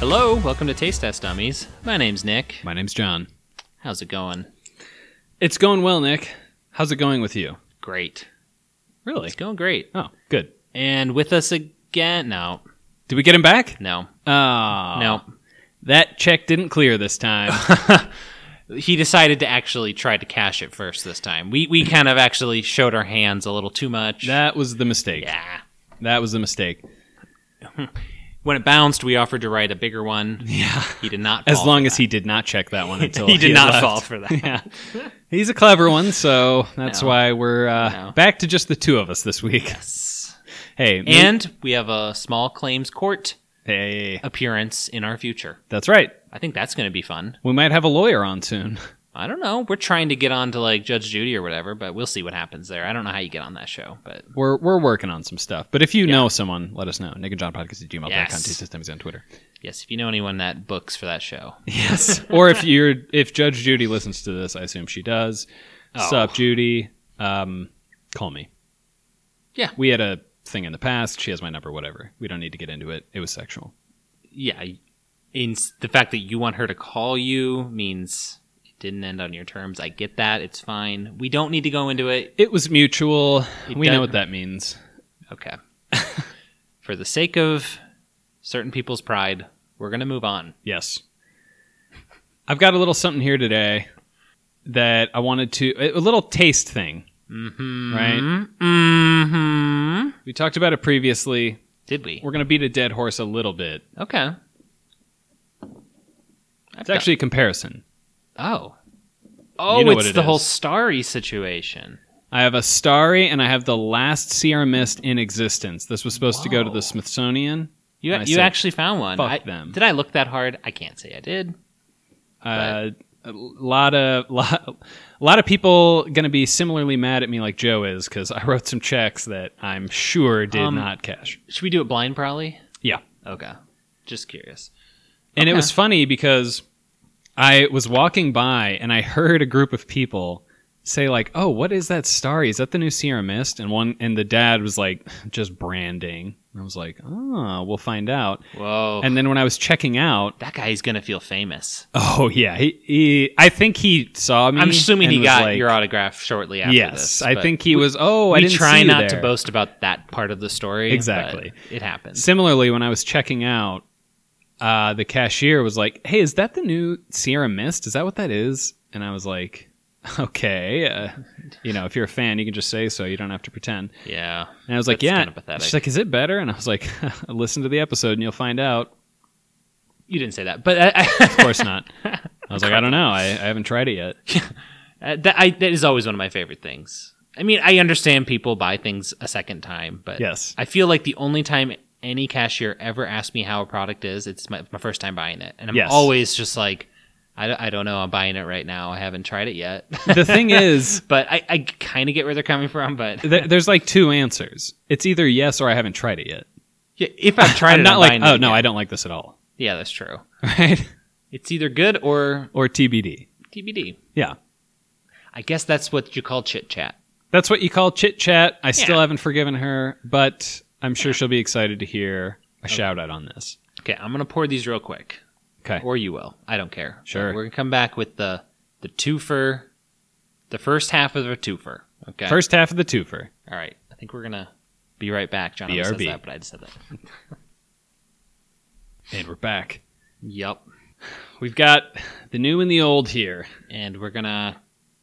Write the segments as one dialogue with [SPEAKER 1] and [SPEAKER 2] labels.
[SPEAKER 1] Hello, welcome to Taste Test Dummies. My name's Nick.
[SPEAKER 2] My name's John.
[SPEAKER 1] How's it going?
[SPEAKER 2] It's going well, Nick. How's it going with you?
[SPEAKER 1] Great.
[SPEAKER 2] Really?
[SPEAKER 1] It's going great.
[SPEAKER 2] Oh, good.
[SPEAKER 1] And with us again? No,
[SPEAKER 2] Did we get him back?
[SPEAKER 1] no,
[SPEAKER 2] Oh,
[SPEAKER 1] no.
[SPEAKER 2] That check didn't clear this time.
[SPEAKER 1] He decided to actually try to cash it first this time. We we kind of actually showed our hands a little too much.
[SPEAKER 2] that was the mistake.
[SPEAKER 1] yeah.
[SPEAKER 2] That was the mistake.
[SPEAKER 1] When it bounced, we offered to write a bigger one. Yeah. He did not.
[SPEAKER 2] As
[SPEAKER 1] fall
[SPEAKER 2] long
[SPEAKER 1] for
[SPEAKER 2] as he did not check that one until
[SPEAKER 1] that. he did not
[SPEAKER 2] left.
[SPEAKER 1] fall for that.
[SPEAKER 2] Yeah. He's a clever one, so that's
[SPEAKER 1] No.
[SPEAKER 2] why we're uh,
[SPEAKER 1] No.
[SPEAKER 2] back to just the two of us this week.
[SPEAKER 1] Yes.
[SPEAKER 2] Hey, me-
[SPEAKER 1] And we have a small claims court
[SPEAKER 2] hey,
[SPEAKER 1] appearance in our future.
[SPEAKER 2] that's right.
[SPEAKER 1] I think that's going to be fun.
[SPEAKER 2] We might have a lawyer on soon.
[SPEAKER 1] I don't know. We're trying to get on to like Judge Judy or whatever, but we'll see what happens there. I don't know how you get on that show, but
[SPEAKER 2] We're we're working on some stuff. But if you know someone, let us know. Nick and John Podcast at gmail.com,
[SPEAKER 1] Yes.
[SPEAKER 2] Taste Systems on Twitter.
[SPEAKER 1] yes, if you know anyone that books for that show,
[SPEAKER 2] Yes. or if you're if Judge Judy listens to this, I assume she does.
[SPEAKER 1] Oh.
[SPEAKER 2] Sup, Judy. Um, call me.
[SPEAKER 1] Yeah.
[SPEAKER 2] We had a thing in the past. She has my number. Whatever. We don't need to get into it. It was sexual.
[SPEAKER 1] yeah, in the fact that you want her to call you means it didn't end on your terms. I get that. It's fine. We don't need to go into it.
[SPEAKER 2] It was mutual.
[SPEAKER 1] It
[SPEAKER 2] we
[SPEAKER 1] does-
[SPEAKER 2] know what that means.
[SPEAKER 1] Okay. for the sake of certain people's pride, we're going to move on.
[SPEAKER 2] Yes. I've got a little something here today that I wanted to a little taste thing.
[SPEAKER 1] Mhm.
[SPEAKER 2] Right.
[SPEAKER 1] Mhm.
[SPEAKER 2] We talked about it previously.
[SPEAKER 1] Did we?
[SPEAKER 2] We're going to beat a dead horse a little bit.
[SPEAKER 1] Okay.
[SPEAKER 2] It's actually a comparison.
[SPEAKER 1] Oh. Oh,
[SPEAKER 2] know
[SPEAKER 1] it's
[SPEAKER 2] what it
[SPEAKER 1] the whole
[SPEAKER 2] is.
[SPEAKER 1] starry situation.
[SPEAKER 2] I have a starry and I have the last Sierra Mist in existence. This was supposed to go to
[SPEAKER 1] Whoa.
[SPEAKER 2] the Smithsonian.
[SPEAKER 1] You
[SPEAKER 2] And I
[SPEAKER 1] you
[SPEAKER 2] said,
[SPEAKER 1] actually found one.
[SPEAKER 2] "Fuck
[SPEAKER 1] I-
[SPEAKER 2] them."
[SPEAKER 1] Did I look that hard? I can't say I did.
[SPEAKER 2] Uh, a lot of lot, a lot of people going to be similarly mad at me like Joe is because I wrote some checks that I'm sure did
[SPEAKER 1] Um,
[SPEAKER 2] not cash.
[SPEAKER 1] Should we do it blind, probably?
[SPEAKER 2] Yeah.
[SPEAKER 1] Okay. Just curious.
[SPEAKER 2] And it
[SPEAKER 1] Okay.
[SPEAKER 2] was funny because I was walking by and I heard a group of people say like, "Oh, what is that starry? Is that the new Sierra Mist?" And one and the dad was like, "Just branding." And I was like, "Oh, we'll find out."
[SPEAKER 1] Whoa.
[SPEAKER 2] And then when I was checking out,
[SPEAKER 1] that guy's gonna feel famous.
[SPEAKER 2] oh yeah, he, he I think he saw me.
[SPEAKER 1] I'm assuming
[SPEAKER 2] and
[SPEAKER 1] he
[SPEAKER 2] was
[SPEAKER 1] got
[SPEAKER 2] like,
[SPEAKER 1] your autograph shortly after
[SPEAKER 2] yes,
[SPEAKER 1] this.
[SPEAKER 2] I
[SPEAKER 1] but
[SPEAKER 2] think he was. Oh, I
[SPEAKER 1] we
[SPEAKER 2] didn't
[SPEAKER 1] try
[SPEAKER 2] see you
[SPEAKER 1] not to
[SPEAKER 2] there."
[SPEAKER 1] boast about that part of the story. but
[SPEAKER 2] Exactly.
[SPEAKER 1] It happens.
[SPEAKER 2] Similarly, when I was checking out, uh, the cashier was like, "Hey, is that the new Sierra Mist? Is that what that is?" And I was like, "Okay, uh, you know, if you're a fan, you can just say so. You don't have to pretend."
[SPEAKER 1] Yeah.
[SPEAKER 2] And I was like,
[SPEAKER 1] That's
[SPEAKER 2] "Yeah."
[SPEAKER 1] kinda pathetic.
[SPEAKER 2] She's like, "Is it better?" And I was like, "Listen to the episode, and you'll find out."
[SPEAKER 1] You didn't say that, but I, I,
[SPEAKER 2] Of course not. I was like, "I don't know. I, I haven't tried it yet."
[SPEAKER 1] Uh, that, I, that is always one of my favorite things. I mean, I understand people buy things a second time, but
[SPEAKER 2] Yes.
[SPEAKER 1] I feel like the only time any cashier ever asked me how a product is, it's my, my first time buying it, and I'm
[SPEAKER 2] Yes.
[SPEAKER 1] always just like, I, don't- I don't know, I'm buying it right now. I haven't tried it yet,
[SPEAKER 2] The thing is,
[SPEAKER 1] but I, I kind of get where they're coming from. But
[SPEAKER 2] th- there's like two answers. It's either yes or I haven't tried it yet.
[SPEAKER 1] yeah, if I've tried
[SPEAKER 2] I'm
[SPEAKER 1] it,
[SPEAKER 2] not
[SPEAKER 1] I'm
[SPEAKER 2] like,
[SPEAKER 1] buying
[SPEAKER 2] oh
[SPEAKER 1] it
[SPEAKER 2] no,
[SPEAKER 1] again."
[SPEAKER 2] I don't like this at all,
[SPEAKER 1] Yeah, that's true.
[SPEAKER 2] right?
[SPEAKER 1] It's either good or
[SPEAKER 2] Or TBD.
[SPEAKER 1] TBD.
[SPEAKER 2] Yeah.
[SPEAKER 1] I guess that's what you call chit chat.
[SPEAKER 2] That's what you call chit chat. I still
[SPEAKER 1] Yeah.
[SPEAKER 2] haven't forgiven her, but I'm sure she'll be excited to hear a shout out on this.
[SPEAKER 1] Okay, I'm gonna pour these real quick.
[SPEAKER 2] Okay.
[SPEAKER 1] or you will. I don't care.
[SPEAKER 2] Sure.
[SPEAKER 1] But we're gonna come back with the the twofer, the first half of a twofer. Okay.
[SPEAKER 2] First half of the twofer.
[SPEAKER 1] All right. I think we're gonna be right back. John always says
[SPEAKER 2] BRB.
[SPEAKER 1] that, but I just said that.
[SPEAKER 2] And we're back.
[SPEAKER 1] Yep.
[SPEAKER 2] We've got the new and the old here.
[SPEAKER 1] And we're gonna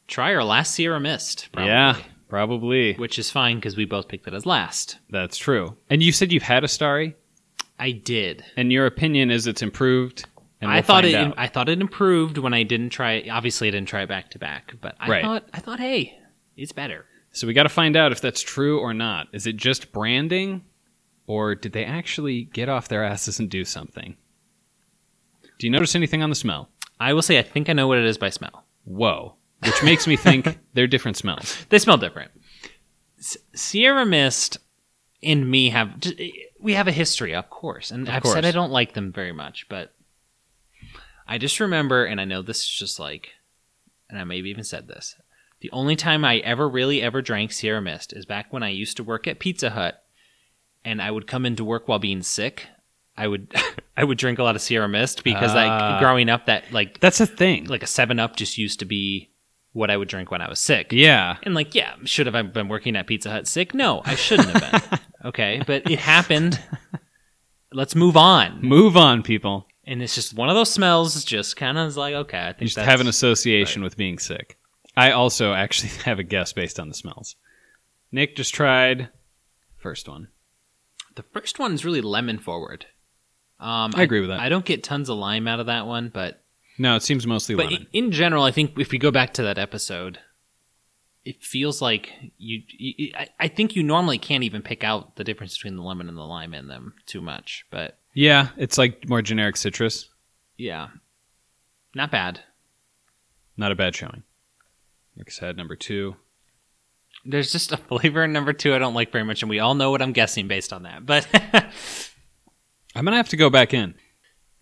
[SPEAKER 1] try our last Sierra Mist. Probably,
[SPEAKER 2] Yeah, probably.
[SPEAKER 1] Which is fine because we both picked it as last.
[SPEAKER 2] That's true. And you said you've had a starry,
[SPEAKER 1] I did.
[SPEAKER 2] and your opinion is it's improved. And
[SPEAKER 1] I
[SPEAKER 2] we'll
[SPEAKER 1] thought it.
[SPEAKER 2] find out.
[SPEAKER 1] I thought it improved when I didn't try. it. Obviously, I didn't try it back to back. But I
[SPEAKER 2] Right.
[SPEAKER 1] thought. I thought, hey, it's better.
[SPEAKER 2] So we got to find out if that's true or not. Is it just branding, or did they actually get off their asses and do something? Do you notice anything on the smell?
[SPEAKER 1] I will say, I think I know what it is by smell.
[SPEAKER 2] Whoa. Which makes me think they're different smells.
[SPEAKER 1] they smell different. S- Sierra Mist and me have j- we have a history, of course, and
[SPEAKER 2] Of
[SPEAKER 1] I've
[SPEAKER 2] course.
[SPEAKER 1] said I don't like them very much, but I just remember, and I know this is just like, and I maybe even said this. The only time I ever really ever drank Sierra Mist is back when I used to work at Pizza Hut, and I would come into work while being sick. I would I would drink a lot of Sierra Mist because like
[SPEAKER 2] Ah.
[SPEAKER 1] growing up that like
[SPEAKER 2] That's a thing.
[SPEAKER 1] like a 7 up just used to be what I would drink when I was sick.
[SPEAKER 2] yeah.
[SPEAKER 1] And like, yeah, should have I been working at Pizza Hut sick? No, I shouldn't have been. okay, but it happened. Let's move on.
[SPEAKER 2] Move on, people.
[SPEAKER 1] And it's just one of those smells. Just kind of like, okay, I think
[SPEAKER 2] You just
[SPEAKER 1] that's-
[SPEAKER 2] have an association with being sick. I also actually have a guess based on the smells. Nick just tried first one.
[SPEAKER 1] The first one is really lemon forward. Um,
[SPEAKER 2] I agree with that.
[SPEAKER 1] I don't get tons of lime out of that one, but
[SPEAKER 2] No, it seems mostly
[SPEAKER 1] but
[SPEAKER 2] lemon.
[SPEAKER 1] in general, I think if we go back to that episode, it feels like you. you I, I think you normally can't even pick out the difference between the lemon and the lime in them too much, but
[SPEAKER 2] yeah, it's like more generic citrus.
[SPEAKER 1] yeah, not bad.
[SPEAKER 2] Not a bad showing. Nick said number two.
[SPEAKER 1] There's just a flavor in number two I don't like very much, and we all know what I'm guessing based on that. But
[SPEAKER 2] I'm gonna have to go back in.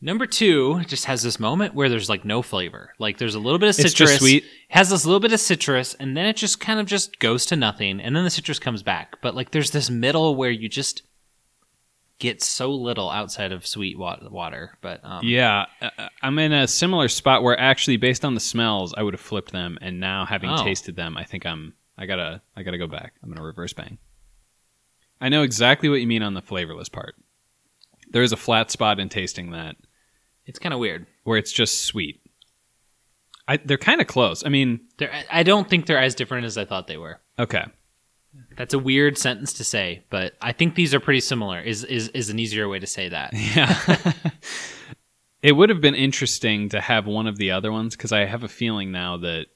[SPEAKER 1] number two just has this moment where there's like no flavor. Like there's a little bit of citrus,
[SPEAKER 2] It's just sweet.
[SPEAKER 1] has this little bit of citrus, and then it just kind of just goes to nothing, and then the citrus comes back. But like there's this middle where you just get so little outside of sweet wa- water. But um,
[SPEAKER 2] Yeah, uh, uh, I'm in a similar spot where actually, based on the smells, I would have flipped them, and now having
[SPEAKER 1] Oh.
[SPEAKER 2] tasted them, I think I'm I gotta I gotta go back. I'm gonna reverse bang. I know exactly what you mean on the flavorless part. There is a flat spot in tasting that
[SPEAKER 1] it's kind of weird.
[SPEAKER 2] where it's just sweet. I, they're kind of close. I mean,
[SPEAKER 1] They're, I- I don't think they're as different as I thought they were.
[SPEAKER 2] okay,
[SPEAKER 1] That's a weird sentence to say, but I think these are pretty similar. Is is, is an easier way to say that?
[SPEAKER 2] yeah. it would have been interesting to have one of the other ones because I have a feeling now that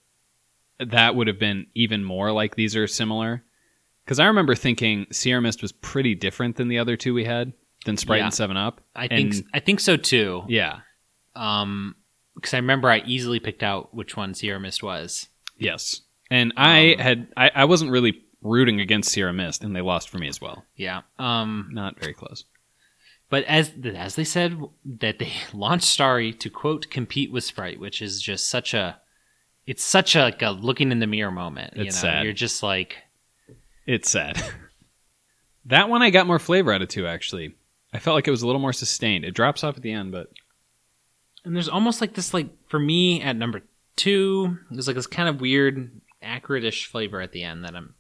[SPEAKER 2] that would have been even more like these are similar. Because I remember thinking Sierra Mist was pretty different than the other two we had than Sprite
[SPEAKER 1] Yeah.
[SPEAKER 2] and Seven Up.
[SPEAKER 1] I think
[SPEAKER 2] And-
[SPEAKER 1] I think so too.
[SPEAKER 2] Yeah.
[SPEAKER 1] Um, because I remember I easily picked out which one Sierra Mist was.
[SPEAKER 2] Yes. And I
[SPEAKER 1] Um,
[SPEAKER 2] had I, I wasn't really rooting against Sierra Mist, and they lost for me as well.
[SPEAKER 1] Yeah. Um,
[SPEAKER 2] Not very close.
[SPEAKER 1] but as as they said that they launched Starry to quote compete with Sprite, which is just such a, it's such a, like a looking in the mirror moment. you know?
[SPEAKER 2] It's sad.
[SPEAKER 1] You're just like,
[SPEAKER 2] It's sad. that one I got more flavor out of two actually. I felt like it was a little more sustained. It drops off at the end, but
[SPEAKER 1] and there's almost like this like for me at number two, there's like this kind of weird acrid-ish flavor at the end that I'm.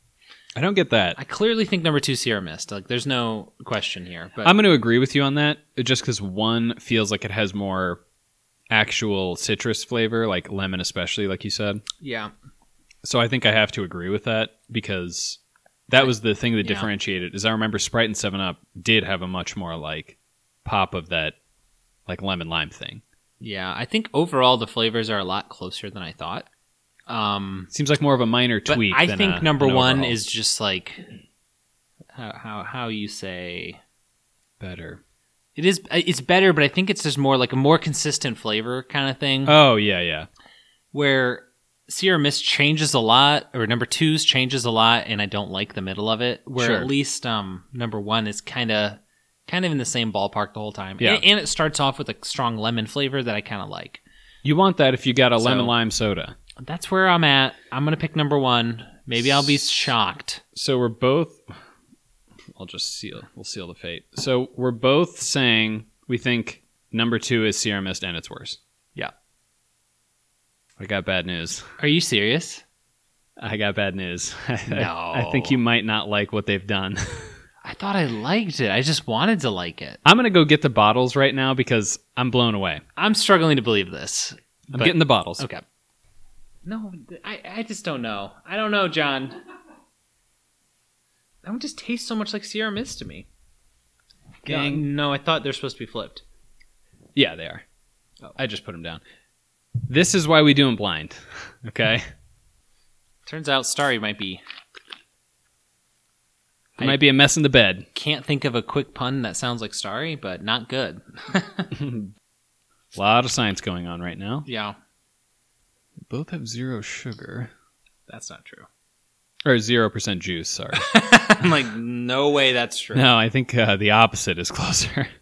[SPEAKER 2] I don't get that.
[SPEAKER 1] I clearly think number two Sierra Mist. Like, there's no question here. But
[SPEAKER 2] I'm going to agree with you on that, just because one feels like it has more actual citrus flavor, like lemon, especially, like you said.
[SPEAKER 1] yeah,
[SPEAKER 2] So I think I have to agree with that because that was the thing that
[SPEAKER 1] Yeah.
[SPEAKER 2] differentiated. Is I remember Sprite and Seven Up did have a much more like pop of that like lemon lime thing.
[SPEAKER 1] yeah. I think overall the flavors are a lot closer than I thought. Um,
[SPEAKER 2] Seems like more of a minor
[SPEAKER 1] but
[SPEAKER 2] tweak.
[SPEAKER 1] I
[SPEAKER 2] than
[SPEAKER 1] think
[SPEAKER 2] a-
[SPEAKER 1] number
[SPEAKER 2] an
[SPEAKER 1] one
[SPEAKER 2] overall.
[SPEAKER 1] is just like how, how how you say
[SPEAKER 2] better.
[SPEAKER 1] it is. uh, It's better, but I think it's just more like a more consistent flavor kind of thing
[SPEAKER 2] Oh yeah, yeah.
[SPEAKER 1] where Sierra Mist changes a lot, or number two's changes a lot, and I don't like the middle of it. Where
[SPEAKER 2] Sure.
[SPEAKER 1] at least um number one is kind of kind of in the same ballpark the whole time.
[SPEAKER 2] Yeah.
[SPEAKER 1] and, and it starts off with a strong lemon flavor that I kind of like.
[SPEAKER 2] You want that if you got a
[SPEAKER 1] So-
[SPEAKER 2] lemon lime soda.
[SPEAKER 1] That's where I'm at. I'm gonna pick number one. Maybe I'll be shocked.
[SPEAKER 2] so we're both I'll just seal we'll seal the fate. So we're both saying we think number two is Sierra Mist and it's worse.
[SPEAKER 1] Yeah.
[SPEAKER 2] I got bad news.
[SPEAKER 1] Are you serious?
[SPEAKER 2] I got bad news.
[SPEAKER 1] No.
[SPEAKER 2] I, think you might not like what they've done.
[SPEAKER 1] I thought I liked it. I just wanted to like it.
[SPEAKER 2] I'm gonna go get the bottles right now because I'm blown away.
[SPEAKER 1] I'm struggling to believe this.
[SPEAKER 2] I'm
[SPEAKER 1] But-
[SPEAKER 2] getting the bottles.
[SPEAKER 1] Okay. No, th- I, I just don't know. I don't know, John. That one just tastes so much like Sierra Mist to me.
[SPEAKER 2] Gang.
[SPEAKER 1] No, no, I thought they're supposed to be flipped.
[SPEAKER 2] Yeah, they are. I just put them down. This is why we do them blind. Okay,
[SPEAKER 1] Turns out Starry might be.
[SPEAKER 2] it might be a mess in the bed.
[SPEAKER 1] Can't think of a quick pun that sounds like Starry, but not good.
[SPEAKER 2] A lot of science going on right now.
[SPEAKER 1] yeah,
[SPEAKER 2] Both have zero sugar.
[SPEAKER 1] that's not true.
[SPEAKER 2] or zero percent juice. Sorry.
[SPEAKER 1] I'm like, no way that's true.
[SPEAKER 2] no, I think uh, the opposite is closer.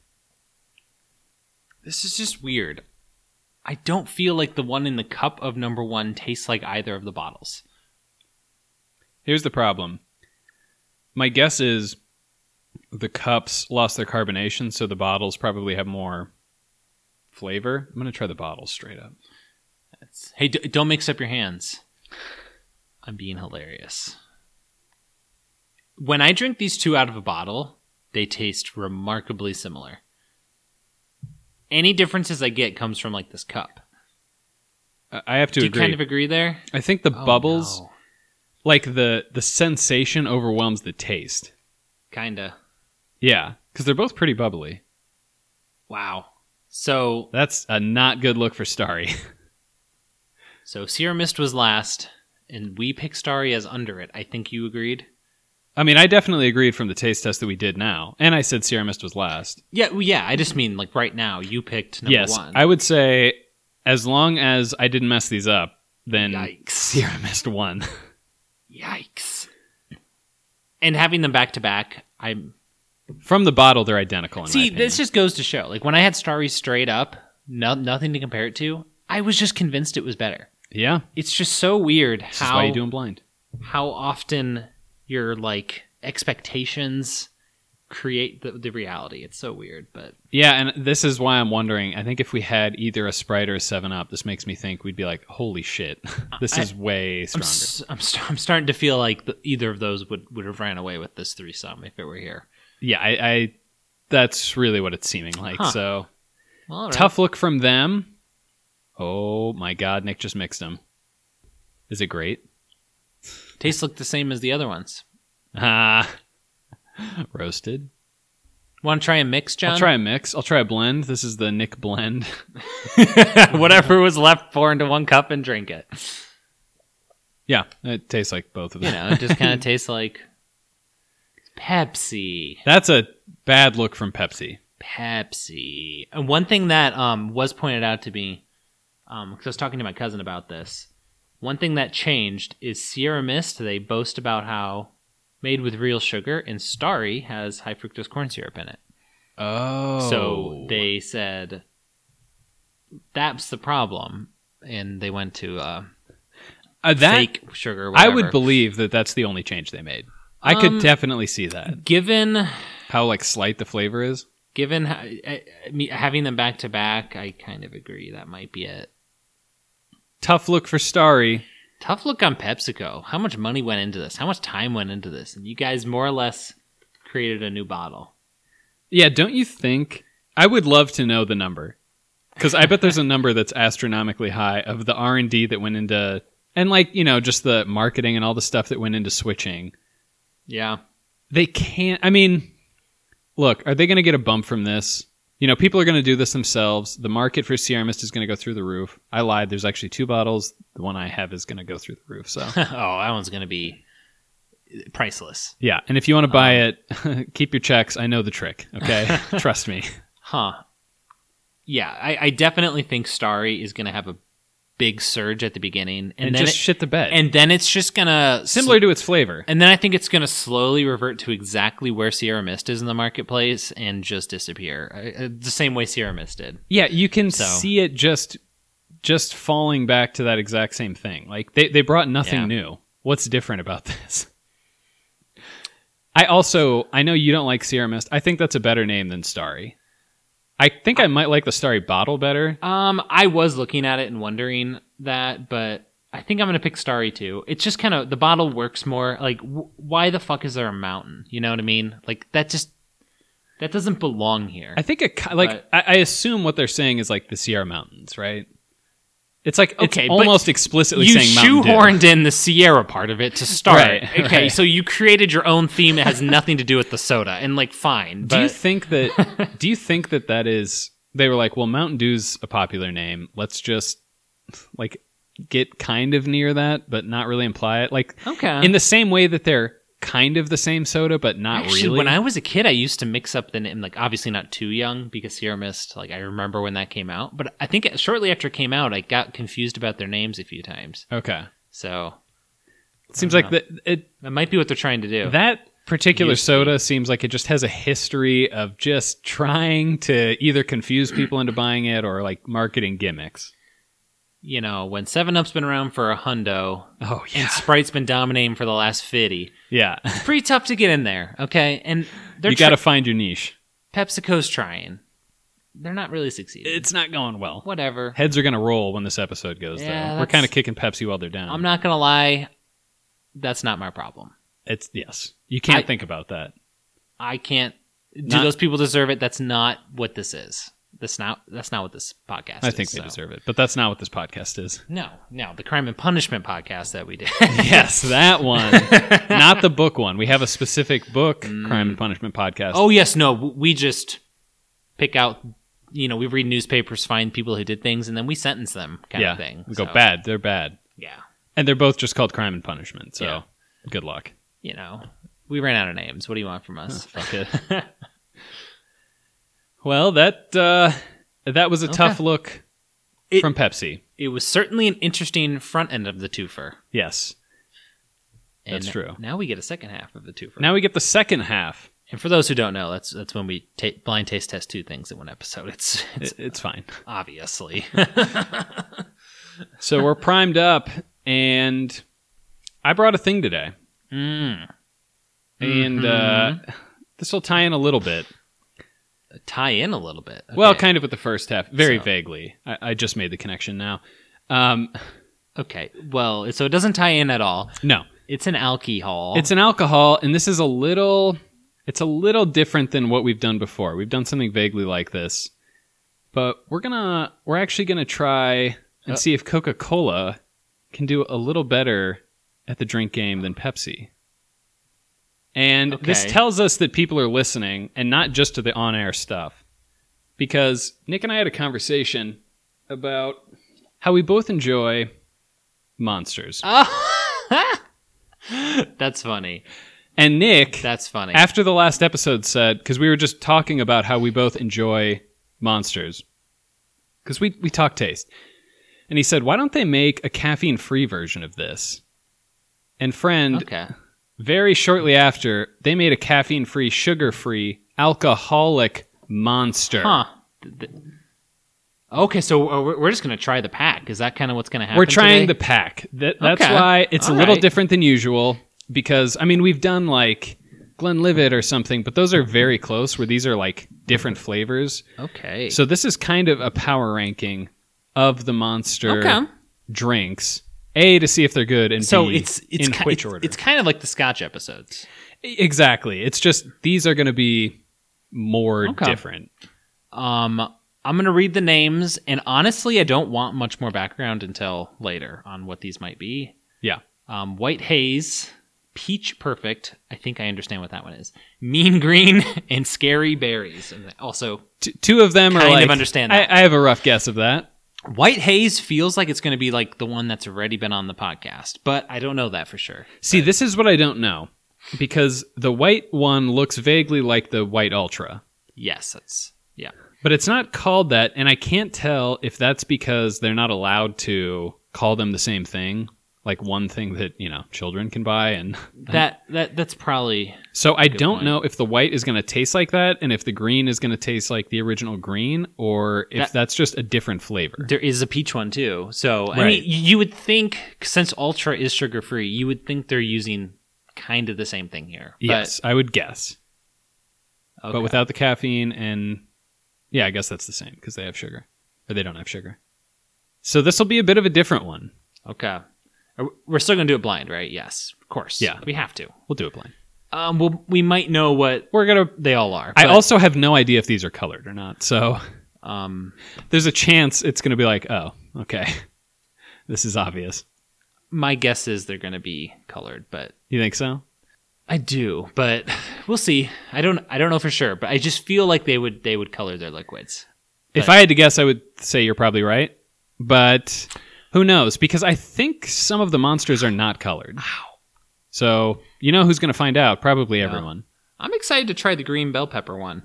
[SPEAKER 1] This is just weird. I don't feel like the one in the cup of number one tastes like either of the bottles.
[SPEAKER 2] Here's the problem. My guess is the cups lost their carbonation, so the bottles probably have more flavor. I'm gonna try the bottles straight up.
[SPEAKER 1] That's- Hey, d- don't mix up your hands. I'm being hilarious. When I drink these two out of a bottle, they taste remarkably similar. Any differences I get comes from like this cup.
[SPEAKER 2] I I have to
[SPEAKER 1] Do you
[SPEAKER 2] agree.
[SPEAKER 1] kind of agree there?
[SPEAKER 2] I think the
[SPEAKER 1] Oh,
[SPEAKER 2] bubbles,
[SPEAKER 1] no.
[SPEAKER 2] like the the sensation, overwhelms the taste.
[SPEAKER 1] Kinda.
[SPEAKER 2] Yeah, because they're both pretty bubbly.
[SPEAKER 1] Wow. So
[SPEAKER 2] That's a not good look for Starry.
[SPEAKER 1] so Sierra Mist was last, and we picked Starry as under it. I think you agreed.
[SPEAKER 2] I mean, I definitely agreed from the taste test that we did now, and I said Sierra Mist was last.
[SPEAKER 1] Yeah, well, yeah. I just mean like right now, you picked number
[SPEAKER 2] yes,
[SPEAKER 1] one.
[SPEAKER 2] I would say as long as I didn't mess these up, then
[SPEAKER 1] Yikes!
[SPEAKER 2] Sierra Mist won.
[SPEAKER 1] Yikes! And having them back to back, I'm
[SPEAKER 2] from the bottle, they're identical. In my
[SPEAKER 1] see.
[SPEAKER 2] opinion.
[SPEAKER 1] This just goes to show, like when I had Starry straight up, no, nothing to compare it to. I was just convinced it was better.
[SPEAKER 2] yeah,
[SPEAKER 1] It's just so weird
[SPEAKER 2] this is
[SPEAKER 1] how
[SPEAKER 2] why you do them blind.
[SPEAKER 1] how often your like expectations create the, the reality. It's so weird, but
[SPEAKER 2] Yeah, and this is why I'm wondering. I think if we had either a Sprite or a Seven Up, this makes me think we'd be like, "Holy shit, this
[SPEAKER 1] I-
[SPEAKER 2] is way
[SPEAKER 1] I'm,
[SPEAKER 2] stronger."
[SPEAKER 1] s- I'm, st- I'm starting to feel like the, either of those would, would have ran away with this threesome if it were here.
[SPEAKER 2] yeah, I, I. That's really what it's seeming like.
[SPEAKER 1] Huh.
[SPEAKER 2] So
[SPEAKER 1] Well, all right.
[SPEAKER 2] tough look from them. Oh my God, Nick just mixed them. Is it great?
[SPEAKER 1] Tastes look the same as the other ones.
[SPEAKER 2] Ah, roasted.
[SPEAKER 1] Want to try a mix, John?
[SPEAKER 2] I'll try a mix. I'll try a blend. This is the Nick blend.
[SPEAKER 1] Whatever was left, pour into one cup and drink it.
[SPEAKER 2] Yeah, it tastes like both of them.
[SPEAKER 1] You know, it just kind of tastes like Pepsi.
[SPEAKER 2] That's a bad look from Pepsi.
[SPEAKER 1] Pepsi. And one thing that um, was pointed out to me, um, 'cause I was talking to my cousin about this, one thing that changed is Sierra Mist, they boast about how made with real sugar, and Starry has high fructose corn syrup in it.
[SPEAKER 2] Oh,
[SPEAKER 1] So they said, that's the problem. And they went to uh,
[SPEAKER 2] Uh, that
[SPEAKER 1] fake sugar.
[SPEAKER 2] I
[SPEAKER 1] Whatever.
[SPEAKER 2] would believe that that's the only change they made. I
[SPEAKER 1] Um,
[SPEAKER 2] could definitely see that
[SPEAKER 1] Given
[SPEAKER 2] how like slight the flavor is.
[SPEAKER 1] given how, I, I mean, having them back to back, I kind of agree that might be it.
[SPEAKER 2] Tough look for Starry.
[SPEAKER 1] Tough look on PepsiCo. How much money went into this? How much time went into this? And you guys more or less created a new bottle.
[SPEAKER 2] Yeah, don't you think? I would love to know the number because I bet there's a number that's astronomically high of the R and D that went into and like you know just the marketing and all the stuff that went into switching.
[SPEAKER 1] Yeah.
[SPEAKER 2] They can't. I mean, look, are they going to get a bump from this? You know, people are going to do this themselves. The market for Sierra Mist is going to go through the roof. I lied. There's actually two bottles. The one I have is going to go through the roof. So.
[SPEAKER 1] oh, that one's going to be priceless.
[SPEAKER 2] Yeah, and if you want
[SPEAKER 1] Um,
[SPEAKER 2] to buy it, keep your checks. I know the trick. Okay, trust me.
[SPEAKER 1] Huh. Yeah, I, I definitely think Starry is going to have a big surge at the beginning. And,
[SPEAKER 2] And,
[SPEAKER 1] then
[SPEAKER 2] just
[SPEAKER 1] it-
[SPEAKER 2] shit the bed.
[SPEAKER 1] and then it's just going to.
[SPEAKER 2] similar to its flavor.
[SPEAKER 1] and then I think it's going to slowly revert to exactly where Sierra Mist is in the marketplace and just disappear. Uh, uh, The same way Sierra Mist did.
[SPEAKER 2] Yeah, you can
[SPEAKER 1] So.
[SPEAKER 2] see it just just falling back to that exact same thing. Like they they brought nothing
[SPEAKER 1] Yeah.
[SPEAKER 2] new. What's different about this? I also I know you don't like Sierra Mist. I think that's a better name than Starry. I think I might like the Starry bottle better.
[SPEAKER 1] Um, I was looking at it and wondering that, but I think I'm gonna pick Starry too. It's just kind of the bottle works more. Like, w- why the fuck is there a mountain? You know what I mean? Like that just that doesn't belong here.
[SPEAKER 2] I think it ki- like
[SPEAKER 1] But-
[SPEAKER 2] I, I assume what they're saying is like the Sierra Mountains, right? It's like it's
[SPEAKER 1] Okay, but
[SPEAKER 2] almost explicitly
[SPEAKER 1] you
[SPEAKER 2] saying Mountain Dew.
[SPEAKER 1] shoehorned in the Sierra part of it to start.
[SPEAKER 2] Right,
[SPEAKER 1] okay,
[SPEAKER 2] right.
[SPEAKER 1] so you created your own theme that has nothing to do with the soda, and like, fine. But
[SPEAKER 2] do you think that do you think that that is they were like well mountain dew's a popular name let's just like get kind of near that but not really imply it like
[SPEAKER 1] okay?
[SPEAKER 2] in the same way that they're kind of the same soda but not
[SPEAKER 1] Actually,
[SPEAKER 2] really
[SPEAKER 1] when I was a kid, I used to mix up the name, like obviously not too young because Sierra Mist, like I remember when that came out, but I think shortly after it came out, I got confused about their names a few times.
[SPEAKER 2] okay
[SPEAKER 1] So
[SPEAKER 2] it seems
[SPEAKER 1] don't
[SPEAKER 2] like that it
[SPEAKER 1] that might be what they're trying to do.
[SPEAKER 2] that particular
[SPEAKER 1] Used to
[SPEAKER 2] soda seems like it just has a history of just trying to either confuse people into buying it or like marketing gimmicks
[SPEAKER 1] you know, when Seven Up's been around for a hundo
[SPEAKER 2] Oh
[SPEAKER 1] and Sprite's been dominating for the last fifty,
[SPEAKER 2] yeah.
[SPEAKER 1] it's pretty tough to get in there. Okay, and they're
[SPEAKER 2] you
[SPEAKER 1] try-
[SPEAKER 2] got to find your niche.
[SPEAKER 1] PepsiCo's trying. They're not really succeeding.
[SPEAKER 2] It's not going well.
[SPEAKER 1] whatever.
[SPEAKER 2] Heads are gonna roll when this episode goes.
[SPEAKER 1] Yeah,
[SPEAKER 2] though we're
[SPEAKER 1] that's-
[SPEAKER 2] kind of kicking Pepsi while they're down.
[SPEAKER 1] I'm not gonna lie, that's not my problem.
[SPEAKER 2] It's yes. You can't
[SPEAKER 1] I-
[SPEAKER 2] think about that.
[SPEAKER 1] I can't. Do
[SPEAKER 2] Not-
[SPEAKER 1] those people deserve it? That's not what this is. That's not. That's not what this podcast.
[SPEAKER 2] I
[SPEAKER 1] is,
[SPEAKER 2] think they
[SPEAKER 1] so.
[SPEAKER 2] deserve it, but that's not what this podcast is.
[SPEAKER 1] No, no, the crime and punishment podcast that we did.
[SPEAKER 2] yes, that one, not the book one. We have a specific book, Crime and Punishment podcast.
[SPEAKER 1] Mm. Oh yes, no. w- We just pick out. You know, we read newspapers, find people who did things, and then we sentence them, kind
[SPEAKER 2] yeah.
[SPEAKER 1] of thing.
[SPEAKER 2] We go
[SPEAKER 1] So,
[SPEAKER 2] bad. They're bad,
[SPEAKER 1] Yeah,
[SPEAKER 2] and they're both just called Crime and Punishment. So
[SPEAKER 1] Yeah.
[SPEAKER 2] good luck.
[SPEAKER 1] you know, we ran out of names. What do you want from us?
[SPEAKER 2] Fuck it. well, that uh, that was a tough look
[SPEAKER 1] It-
[SPEAKER 2] from Pepsi.
[SPEAKER 1] it was certainly an interesting front end of the twofer.
[SPEAKER 2] Yes.
[SPEAKER 1] And
[SPEAKER 2] That's true.
[SPEAKER 1] Now we get a second half of the twofer.
[SPEAKER 2] Now we get the second half.
[SPEAKER 1] And for those who don't know, that's that's when we ta blind taste test two things in one episode. It's it's
[SPEAKER 2] It's, it's fine.
[SPEAKER 1] obviously
[SPEAKER 2] So we're primed up, and I brought a thing today,
[SPEAKER 1] Mm.
[SPEAKER 2] and
[SPEAKER 1] Mm-hmm.
[SPEAKER 2] uh, this will tie in a little bit.
[SPEAKER 1] tie in a little bit.
[SPEAKER 2] Well,
[SPEAKER 1] Okay.
[SPEAKER 2] kind of with the first half, very
[SPEAKER 1] So-
[SPEAKER 2] vaguely. I, I just made the connection now. Um,
[SPEAKER 1] okay. Well, it- so it doesn't tie in at all.
[SPEAKER 2] no,
[SPEAKER 1] It's an alcohol.
[SPEAKER 2] it's an alcohol, and this is a little. It's a little different than what we've done before. We've done something vaguely like this, but we're gonna we're actually gonna try and
[SPEAKER 1] Uh.
[SPEAKER 2] see if Coca Cola can do a little better at the drink game than Pepsi. And this
[SPEAKER 1] Okay.
[SPEAKER 2] tells us that people are listening and not just to the on air stuff. Because Nick and I had a conversation about how we both enjoy monsters.
[SPEAKER 1] Uh. Oh. that's funny.
[SPEAKER 2] And Nick,
[SPEAKER 1] That's funny.
[SPEAKER 2] after the last episode, said, because we were just talking about how we both enjoy monsters, because we, we talk taste. And he said, why don't they make a caffeine free version of this? And friend,
[SPEAKER 1] okay.
[SPEAKER 2] very shortly after, they made a caffeine free, sugar free, alcoholic monster.
[SPEAKER 1] Huh. Th- th- Okay, so uh, we're we're just gonna try the pack. Is that kind of what's gonna happen?
[SPEAKER 2] We're
[SPEAKER 1] today?
[SPEAKER 2] trying the pack. That, that's
[SPEAKER 1] Okay.
[SPEAKER 2] why it's
[SPEAKER 1] All
[SPEAKER 2] a little
[SPEAKER 1] right.
[SPEAKER 2] different than usual because, I mean, we've done like Glenlivet or something, but those are very close where these are like different flavors.
[SPEAKER 1] Okay.
[SPEAKER 2] So this is kind of a power ranking of the monster
[SPEAKER 1] Okay.
[SPEAKER 2] drinks. A to see if they're good and
[SPEAKER 1] So
[SPEAKER 2] B,
[SPEAKER 1] it's it's
[SPEAKER 2] in
[SPEAKER 1] ki-
[SPEAKER 2] which
[SPEAKER 1] it's,
[SPEAKER 2] order.
[SPEAKER 1] it's kind of like the Scotch episodes.
[SPEAKER 2] exactly. It's just these are going to be more
[SPEAKER 1] Okay.
[SPEAKER 2] different.
[SPEAKER 1] Um, I'm gonna read the names, and honestly, I don't want much more background until later on what these might be.
[SPEAKER 2] Yeah.
[SPEAKER 1] Um, White Haze, Peach Perfect. I think I understand what that one is. Mean Green and Scary Berries, and also
[SPEAKER 2] T- two of them are
[SPEAKER 1] Kind of
[SPEAKER 2] like
[SPEAKER 1] understand
[SPEAKER 2] I,
[SPEAKER 1] that.
[SPEAKER 2] I have a rough guess of that.
[SPEAKER 1] White Haze feels like it's gonna be like the one that's already been on the podcast, but I don't know that for sure.
[SPEAKER 2] See, this is what I don't know because the white one looks vaguely like the white ultra,
[SPEAKER 1] Yes, that's yeah.
[SPEAKER 2] but it's not called that, and I can't tell if that's because they're not allowed to call them the same thing, like one thing that you know children can buy, and
[SPEAKER 1] That that that's probably
[SPEAKER 2] so I don't
[SPEAKER 1] point.
[SPEAKER 2] know if the white is going to taste like that, and if the green is going to taste like the original green, or if
[SPEAKER 1] That-
[SPEAKER 2] that's just a different flavor.
[SPEAKER 1] there is a peach one too. So I
[SPEAKER 2] Right.
[SPEAKER 1] mean, you would think since Ultra is sugar free, you would think they're using kind of the same thing here. But-
[SPEAKER 2] yes, I would guess,
[SPEAKER 1] okay.
[SPEAKER 2] but without the caffeine and yeah, I guess that's the same because they have sugar or they don't have sugar. So this will be a bit of a different one.
[SPEAKER 1] okay, Are- we're still gonna do it blind, right? Yes, of course.
[SPEAKER 2] Yeah.
[SPEAKER 1] we have to.
[SPEAKER 2] We'll do it blind.
[SPEAKER 1] Um, well, we might know what
[SPEAKER 2] We're gonna.
[SPEAKER 1] they all are.
[SPEAKER 2] I
[SPEAKER 1] but,
[SPEAKER 2] also have no idea if these are colored or not, so
[SPEAKER 1] um,
[SPEAKER 2] there's a chance it's gonna be like, oh, okay, this is obvious.
[SPEAKER 1] my guess is they're gonna be colored, but
[SPEAKER 2] You think so?
[SPEAKER 1] I do. But we'll see. I don't. I don't know for sure, but I just feel like they would. They would color their liquids.
[SPEAKER 2] If I had to guess, I would say you're probably right, but who knows? Because I think some of the monsters are not colored. So you know who's gonna find out? Probably everyone.
[SPEAKER 1] I'm excited to try the green bell pepper one.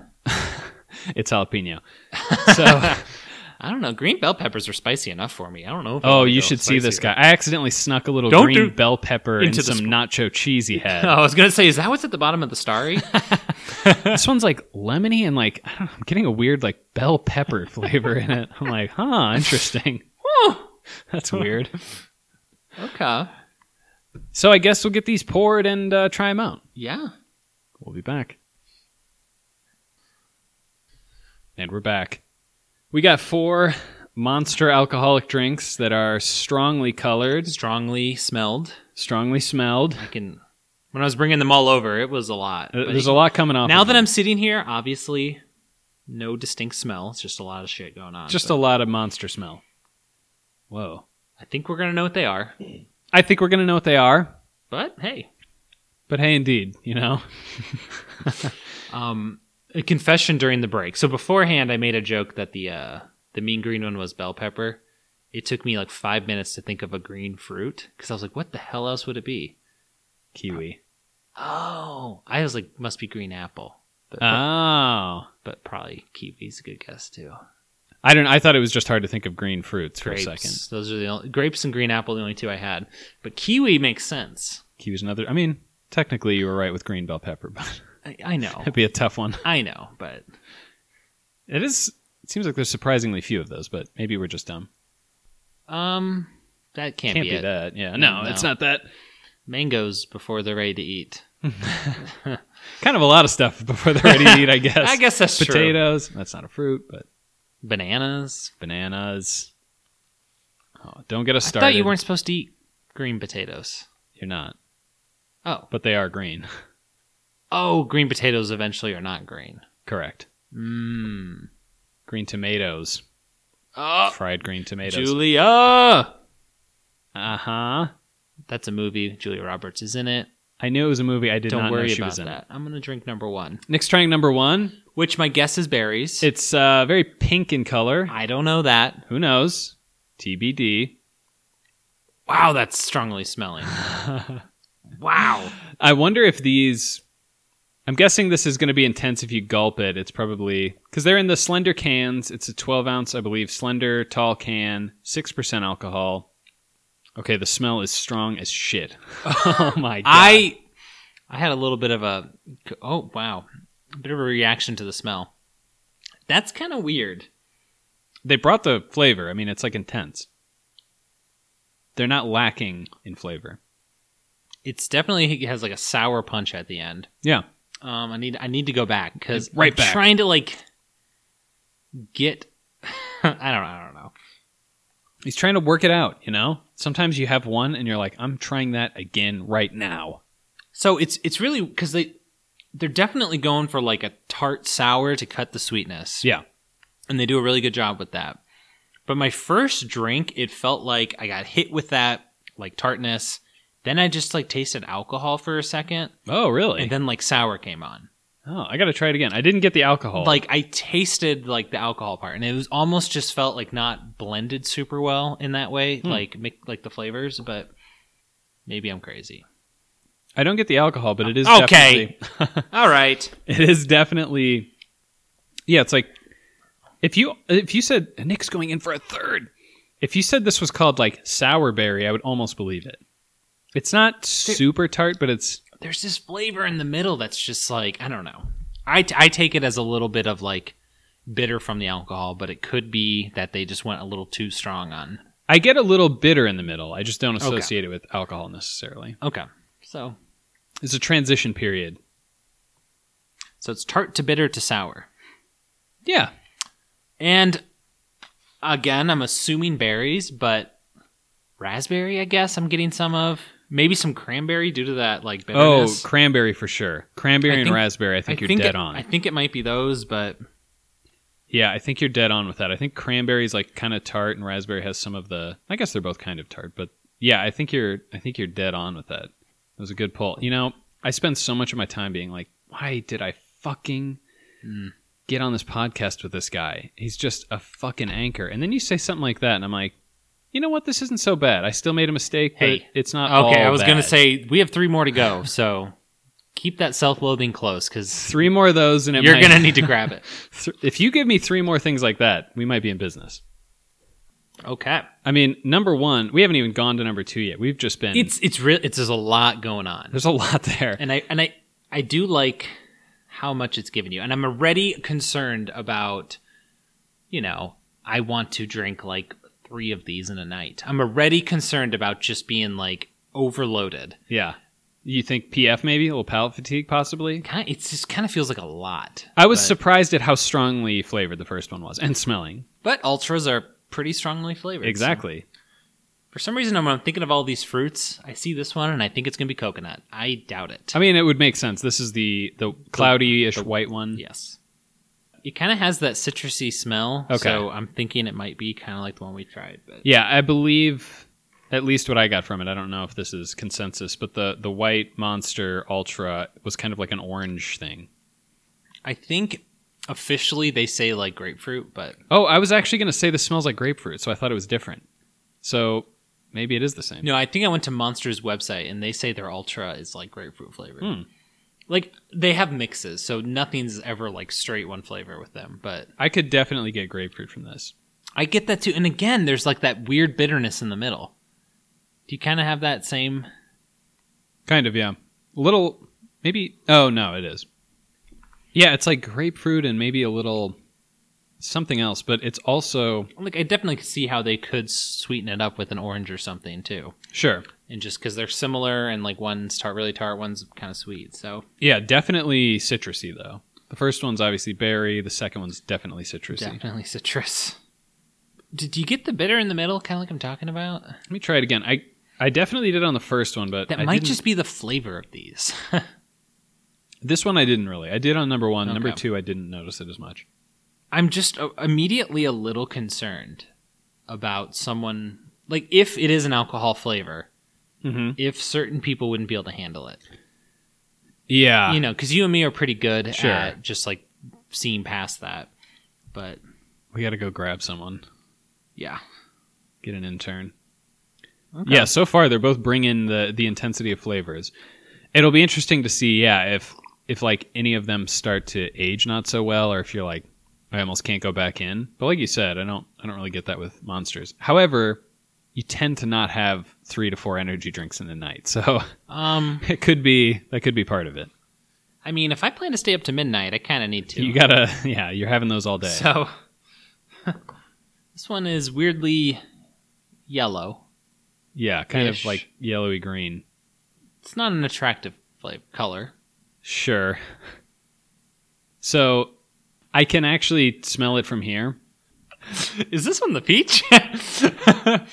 [SPEAKER 2] It's jalapeno. So
[SPEAKER 1] I don't know. Green bell peppers are spicy enough for me. I don't know. If I
[SPEAKER 2] oh,
[SPEAKER 1] wanna
[SPEAKER 2] you
[SPEAKER 1] go
[SPEAKER 2] should see this
[SPEAKER 1] spicy.
[SPEAKER 2] guy. I accidentally snuck a little
[SPEAKER 1] Don't
[SPEAKER 2] green
[SPEAKER 1] do-
[SPEAKER 2] bell pepper
[SPEAKER 1] into
[SPEAKER 2] into
[SPEAKER 1] the
[SPEAKER 2] some
[SPEAKER 1] squ-
[SPEAKER 2] nacho cheese he had.
[SPEAKER 1] I was gonna say, is that what's at the bottom of the starry?
[SPEAKER 2] this one's like lemony and like I don't know, I'm getting a weird like bell pepper flavor in it. I'm like, huh, interesting.
[SPEAKER 1] Whew.
[SPEAKER 2] That's weird.
[SPEAKER 1] Okay.
[SPEAKER 2] so I guess we'll get these poured and uh, try them out.
[SPEAKER 1] Yeah.
[SPEAKER 2] We'll be back. And we're back. We got four monster alcoholic drinks that are strongly colored,
[SPEAKER 1] Strongly smelled.
[SPEAKER 2] strongly smelled.
[SPEAKER 1] I can. When I was bringing them all over, it was a lot.
[SPEAKER 2] Uh,
[SPEAKER 1] but
[SPEAKER 2] There's a lot coming off.
[SPEAKER 1] Now
[SPEAKER 2] of
[SPEAKER 1] that
[SPEAKER 2] them.
[SPEAKER 1] I'm sitting here, obviously, no distinct smell. It's just a lot of shit going on.
[SPEAKER 2] just
[SPEAKER 1] but
[SPEAKER 2] a lot of monster smell. Whoa.
[SPEAKER 1] I think we're gonna know what they are.
[SPEAKER 2] I think we're gonna know what they are,
[SPEAKER 1] But hey,
[SPEAKER 2] but hey, indeed, you know.
[SPEAKER 1] um, a confession during the break. So beforehand, I made a joke that the uh, the mean green one was bell pepper. It took me like five minutes to think of a green fruit because I was like, what the hell else would it be?
[SPEAKER 2] Kiwi.
[SPEAKER 1] Oh, I was like, must be green apple. But,
[SPEAKER 2] Oh.
[SPEAKER 1] but probably kiwi's a good guess too.
[SPEAKER 2] I don't. I thought it was just hard to think of green fruits for
[SPEAKER 1] Grapes.
[SPEAKER 2] a second.
[SPEAKER 1] Those are the only, grapes and green apple, the only two I had. But kiwi makes sense.
[SPEAKER 2] Kiwi's another. I mean, technically, you were right with green bell pepper, but
[SPEAKER 1] I, I know.
[SPEAKER 2] that'd be a tough one.
[SPEAKER 1] I know, but
[SPEAKER 2] It is. It seems like there's surprisingly few of those, but maybe we're just dumb.
[SPEAKER 1] Um, that can't,
[SPEAKER 2] Can't
[SPEAKER 1] be,
[SPEAKER 2] be
[SPEAKER 1] it.
[SPEAKER 2] that. Yeah. No,
[SPEAKER 1] No.
[SPEAKER 2] it's not that.
[SPEAKER 1] Mangoes before they're ready to eat.
[SPEAKER 2] Kind of a lot of stuff before they're ready to eat. I guess.
[SPEAKER 1] I guess that's true.
[SPEAKER 2] potatoes. That's not a fruit, but
[SPEAKER 1] Bananas.
[SPEAKER 2] bananas. Oh, don't get us
[SPEAKER 1] I
[SPEAKER 2] started.
[SPEAKER 1] thought you weren't supposed to eat green potatoes.
[SPEAKER 2] You're not.
[SPEAKER 1] Oh,
[SPEAKER 2] But they are green.
[SPEAKER 1] oh, green potatoes eventually are not green.
[SPEAKER 2] Correct.
[SPEAKER 1] Mmm.
[SPEAKER 2] Green tomatoes.
[SPEAKER 1] Oh,
[SPEAKER 2] Fried green tomatoes.
[SPEAKER 1] Julia.
[SPEAKER 2] Uh huh.
[SPEAKER 1] That's a movie. Julia Roberts is in it.
[SPEAKER 2] I knew it was a movie. I did
[SPEAKER 1] Don't
[SPEAKER 2] not
[SPEAKER 1] worry
[SPEAKER 2] know she
[SPEAKER 1] about
[SPEAKER 2] was in
[SPEAKER 1] that. I'm gonna drink number one,
[SPEAKER 2] it. Next trying number one.
[SPEAKER 1] which my guess is berries.
[SPEAKER 2] It's uh, very pink in color.
[SPEAKER 1] I don't know that.
[SPEAKER 2] Who knows? TBD.
[SPEAKER 1] Wow, that's strongly smelling. wow.
[SPEAKER 2] I wonder if these. I'm guessing this is going to be intense if you gulp it. It's probably because they're in the slender cans. It's a 12 ounce, I believe, slender tall can, six percent alcohol. Okay, the smell is strong as shit. oh my god!
[SPEAKER 1] I I had a little bit of a oh wow, a bit of a reaction to the smell. That's kind of weird.
[SPEAKER 2] they brought the flavor. I mean, it's like intense. They're not lacking in flavor.
[SPEAKER 1] It's definitely it has like a sour punch at the end.
[SPEAKER 2] Yeah.
[SPEAKER 1] Um, I need I need to go back because
[SPEAKER 2] Right
[SPEAKER 1] I'm
[SPEAKER 2] back.
[SPEAKER 1] trying to like get. I don't I don't know.
[SPEAKER 2] He's trying to work it out, you know? Sometimes you have one and you're like, I'm trying that again right now.
[SPEAKER 1] So it's it's really because they they're definitely going for like a tart sour to cut the sweetness.
[SPEAKER 2] Yeah.
[SPEAKER 1] and they do a really good job with that. But my first drink, it felt like I got hit with that like tartness. Then I just like tasted alcohol for a second,
[SPEAKER 2] Oh, really?
[SPEAKER 1] and then like sour came on.
[SPEAKER 2] oh, I got to try it again. I didn't get the alcohol.
[SPEAKER 1] Like I tasted like the alcohol part, and it was almost just felt like not blended super well in that way,
[SPEAKER 2] Hmm.
[SPEAKER 1] like mi- like the flavors. But maybe I'm crazy.
[SPEAKER 2] I don't get the alcohol, but it is
[SPEAKER 1] Okay.
[SPEAKER 2] definitely
[SPEAKER 1] All right,
[SPEAKER 2] It is definitely Yeah, it's like if you if you said Nick's going in for a third. If you said this was called like sour berry, I would almost believe it. It's not super tart, but it's
[SPEAKER 1] there's this flavor in the middle that's just like I don't know. I, t- I take it as a little bit of like bitter from the alcohol, but it could be that they just went a little too strong on.
[SPEAKER 2] I get a little bitter in the middle. I just don't
[SPEAKER 1] Okay.
[SPEAKER 2] associate it with alcohol necessarily.
[SPEAKER 1] Okay, so
[SPEAKER 2] It's a transition period.
[SPEAKER 1] so it's tart to bitter to sour,
[SPEAKER 2] Yeah.
[SPEAKER 1] and again I'm assuming berries, but raspberry I guess I'm getting some of maybe some cranberry due to that like bitterness.
[SPEAKER 2] Oh, cranberry for sure. Cranberry
[SPEAKER 1] I
[SPEAKER 2] and
[SPEAKER 1] think-
[SPEAKER 2] raspberry. I think you're dead
[SPEAKER 1] it,
[SPEAKER 2] on.
[SPEAKER 1] I think it might be those, but
[SPEAKER 2] yeah, I think you're dead on with that. I think cranberry's like kind of tart, and raspberry has some of the. I guess they're both kind of tart, but yeah, I think you're. I think you're dead on with that. That was a good pull. You know, I spend so much of my time being like, why did I fucking
[SPEAKER 1] Mm.
[SPEAKER 2] get on this podcast with this guy? He's just a fucking anchor. And then you say something like that, and I'm like, you know what? This isn't so bad. I still made a mistake,
[SPEAKER 1] Hey.
[SPEAKER 2] but it's not.
[SPEAKER 1] okay.
[SPEAKER 2] all
[SPEAKER 1] I was gonna
[SPEAKER 2] bad."
[SPEAKER 1] say we have three more to go, so keep that self-loathing close because
[SPEAKER 2] three more of those, and it
[SPEAKER 1] you're
[SPEAKER 2] might-
[SPEAKER 1] gonna need to grab it.
[SPEAKER 2] Th- if you give me three more things like that, we might be in business.
[SPEAKER 1] Okay.
[SPEAKER 2] I mean, number one, we haven't even gone to number two yet. We've just been.
[SPEAKER 1] It's it's real. It's there's a lot going on,
[SPEAKER 2] there's a lot there.
[SPEAKER 1] and I and I I do like how much it's given you, and I'm already concerned about, you know, I want to drink like three of these in a night. I'm already concerned about just being like overloaded.
[SPEAKER 2] Yeah. You think PF maybe? A little palate fatigue possibly?
[SPEAKER 1] Kind it just kind of feels like a lot.
[SPEAKER 2] I was
[SPEAKER 1] but,
[SPEAKER 2] surprised at how strongly flavored the first one was and smelling.
[SPEAKER 1] but ultras are pretty strongly flavored. so-
[SPEAKER 2] Exactly.
[SPEAKER 1] For some reason, when I'm thinking of all these fruits, I see this one and I think it's going to be coconut. I doubt it.
[SPEAKER 2] I mean, it would make sense. This is the the cloudy ish white one.
[SPEAKER 1] yes. It kind of has that citrusy smell.
[SPEAKER 2] Okay.
[SPEAKER 1] So I'm thinking it might be kind of like the one we tried. But
[SPEAKER 2] Yeah, I believe at least what I got from it. I don't know if this is consensus, but the the white monster ultra was kind of like an orange thing.
[SPEAKER 1] I think officially they say like grapefruit, but
[SPEAKER 2] Oh, I was actually going to say this smells like grapefruit, so I thought it was different. So maybe it is the same.
[SPEAKER 1] no, I think I went to Monster's website and they say their ultra is like grapefruit flavored.
[SPEAKER 2] Hmm.
[SPEAKER 1] Like they have mixes, so nothing's ever like straight one flavor with them. But
[SPEAKER 2] I could definitely get grapefruit from this.
[SPEAKER 1] I get that too. And again, there's like that weird bitterness in the middle. Do you kind of have that same?
[SPEAKER 2] Kind of, yeah. A little, maybe. Oh no, it is. Yeah, it's like grapefruit and maybe a little something else, but it's also
[SPEAKER 1] Like I definitely could see how they could sweeten it up with an orange or something too.
[SPEAKER 2] sure.
[SPEAKER 1] And just because they're similar and like one's tart, really tart, one's kind of sweet. So
[SPEAKER 2] Yeah, definitely citrusy though. The first one's obviously berry. The second one's definitely citrusy.
[SPEAKER 1] definitely citrus. Did you get the bitter in the middle, kind of like I'm talking about?
[SPEAKER 2] Let me try it again. I I definitely did on the first one, but
[SPEAKER 1] That
[SPEAKER 2] I
[SPEAKER 1] might
[SPEAKER 2] didn't-
[SPEAKER 1] just be the flavor of these.
[SPEAKER 2] this one I didn't really. I did on number one. Number
[SPEAKER 1] Okay.
[SPEAKER 2] two, I didn't notice it as much.
[SPEAKER 1] I'm just uh, immediately a little concerned about someone like if it is an alcohol flavor,
[SPEAKER 2] Mm-hmm.
[SPEAKER 1] if certain people wouldn't be able to handle it.
[SPEAKER 2] Yeah,
[SPEAKER 1] you know, because you and me are pretty good
[SPEAKER 2] Ah. Sure.
[SPEAKER 1] at just like seeing past that. But
[SPEAKER 2] we got to go grab someone.
[SPEAKER 1] yeah,
[SPEAKER 2] Get an intern.
[SPEAKER 1] Okay.
[SPEAKER 2] Yeah, so far they're both bringing the the intensity of flavors. It'll be interesting to see, yeah, if if like any of them start to age not so well, or if you're like, I almost can't go back in. But like you said, I don't I don't really get that with monsters. However, you tend to not have three to four energy drinks in a night, so
[SPEAKER 1] Um,
[SPEAKER 2] it could be that could be part of it.
[SPEAKER 1] I mean, if I plan to stay up to midnight, I kind of need to.
[SPEAKER 2] You gotta, yeah, you're having those all day.
[SPEAKER 1] so this one is weirdly yellow.
[SPEAKER 2] yeah, kind
[SPEAKER 1] Ish.
[SPEAKER 2] of like yellowy green.
[SPEAKER 1] It's not an attractive flavor color.
[SPEAKER 2] Sure. So, I can actually smell it from here.
[SPEAKER 1] Is this one the peach?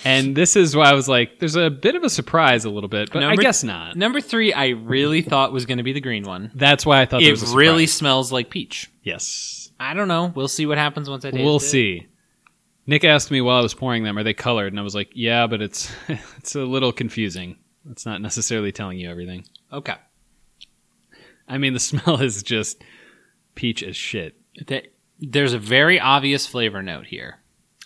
[SPEAKER 2] And this is why I was like, there's a bit of a surprise, a little bit, but I
[SPEAKER 1] Number-
[SPEAKER 2] guess not.
[SPEAKER 1] Number three, I really thought was going to be the green one.
[SPEAKER 2] That's why I thought there
[SPEAKER 1] It
[SPEAKER 2] was a
[SPEAKER 1] really
[SPEAKER 2] surprise.
[SPEAKER 1] smells like peach.
[SPEAKER 2] yes.
[SPEAKER 1] I don't know. We'll see what happens once I taste
[SPEAKER 2] We'll
[SPEAKER 1] it.
[SPEAKER 2] see. Nick asked me while I was pouring them, are they colored? And I was like, yeah, but it's it's a little confusing. It's not necessarily telling you everything.
[SPEAKER 1] Okay.
[SPEAKER 2] I mean, the smell is just peach as shit.
[SPEAKER 1] that there's a very obvious flavor note here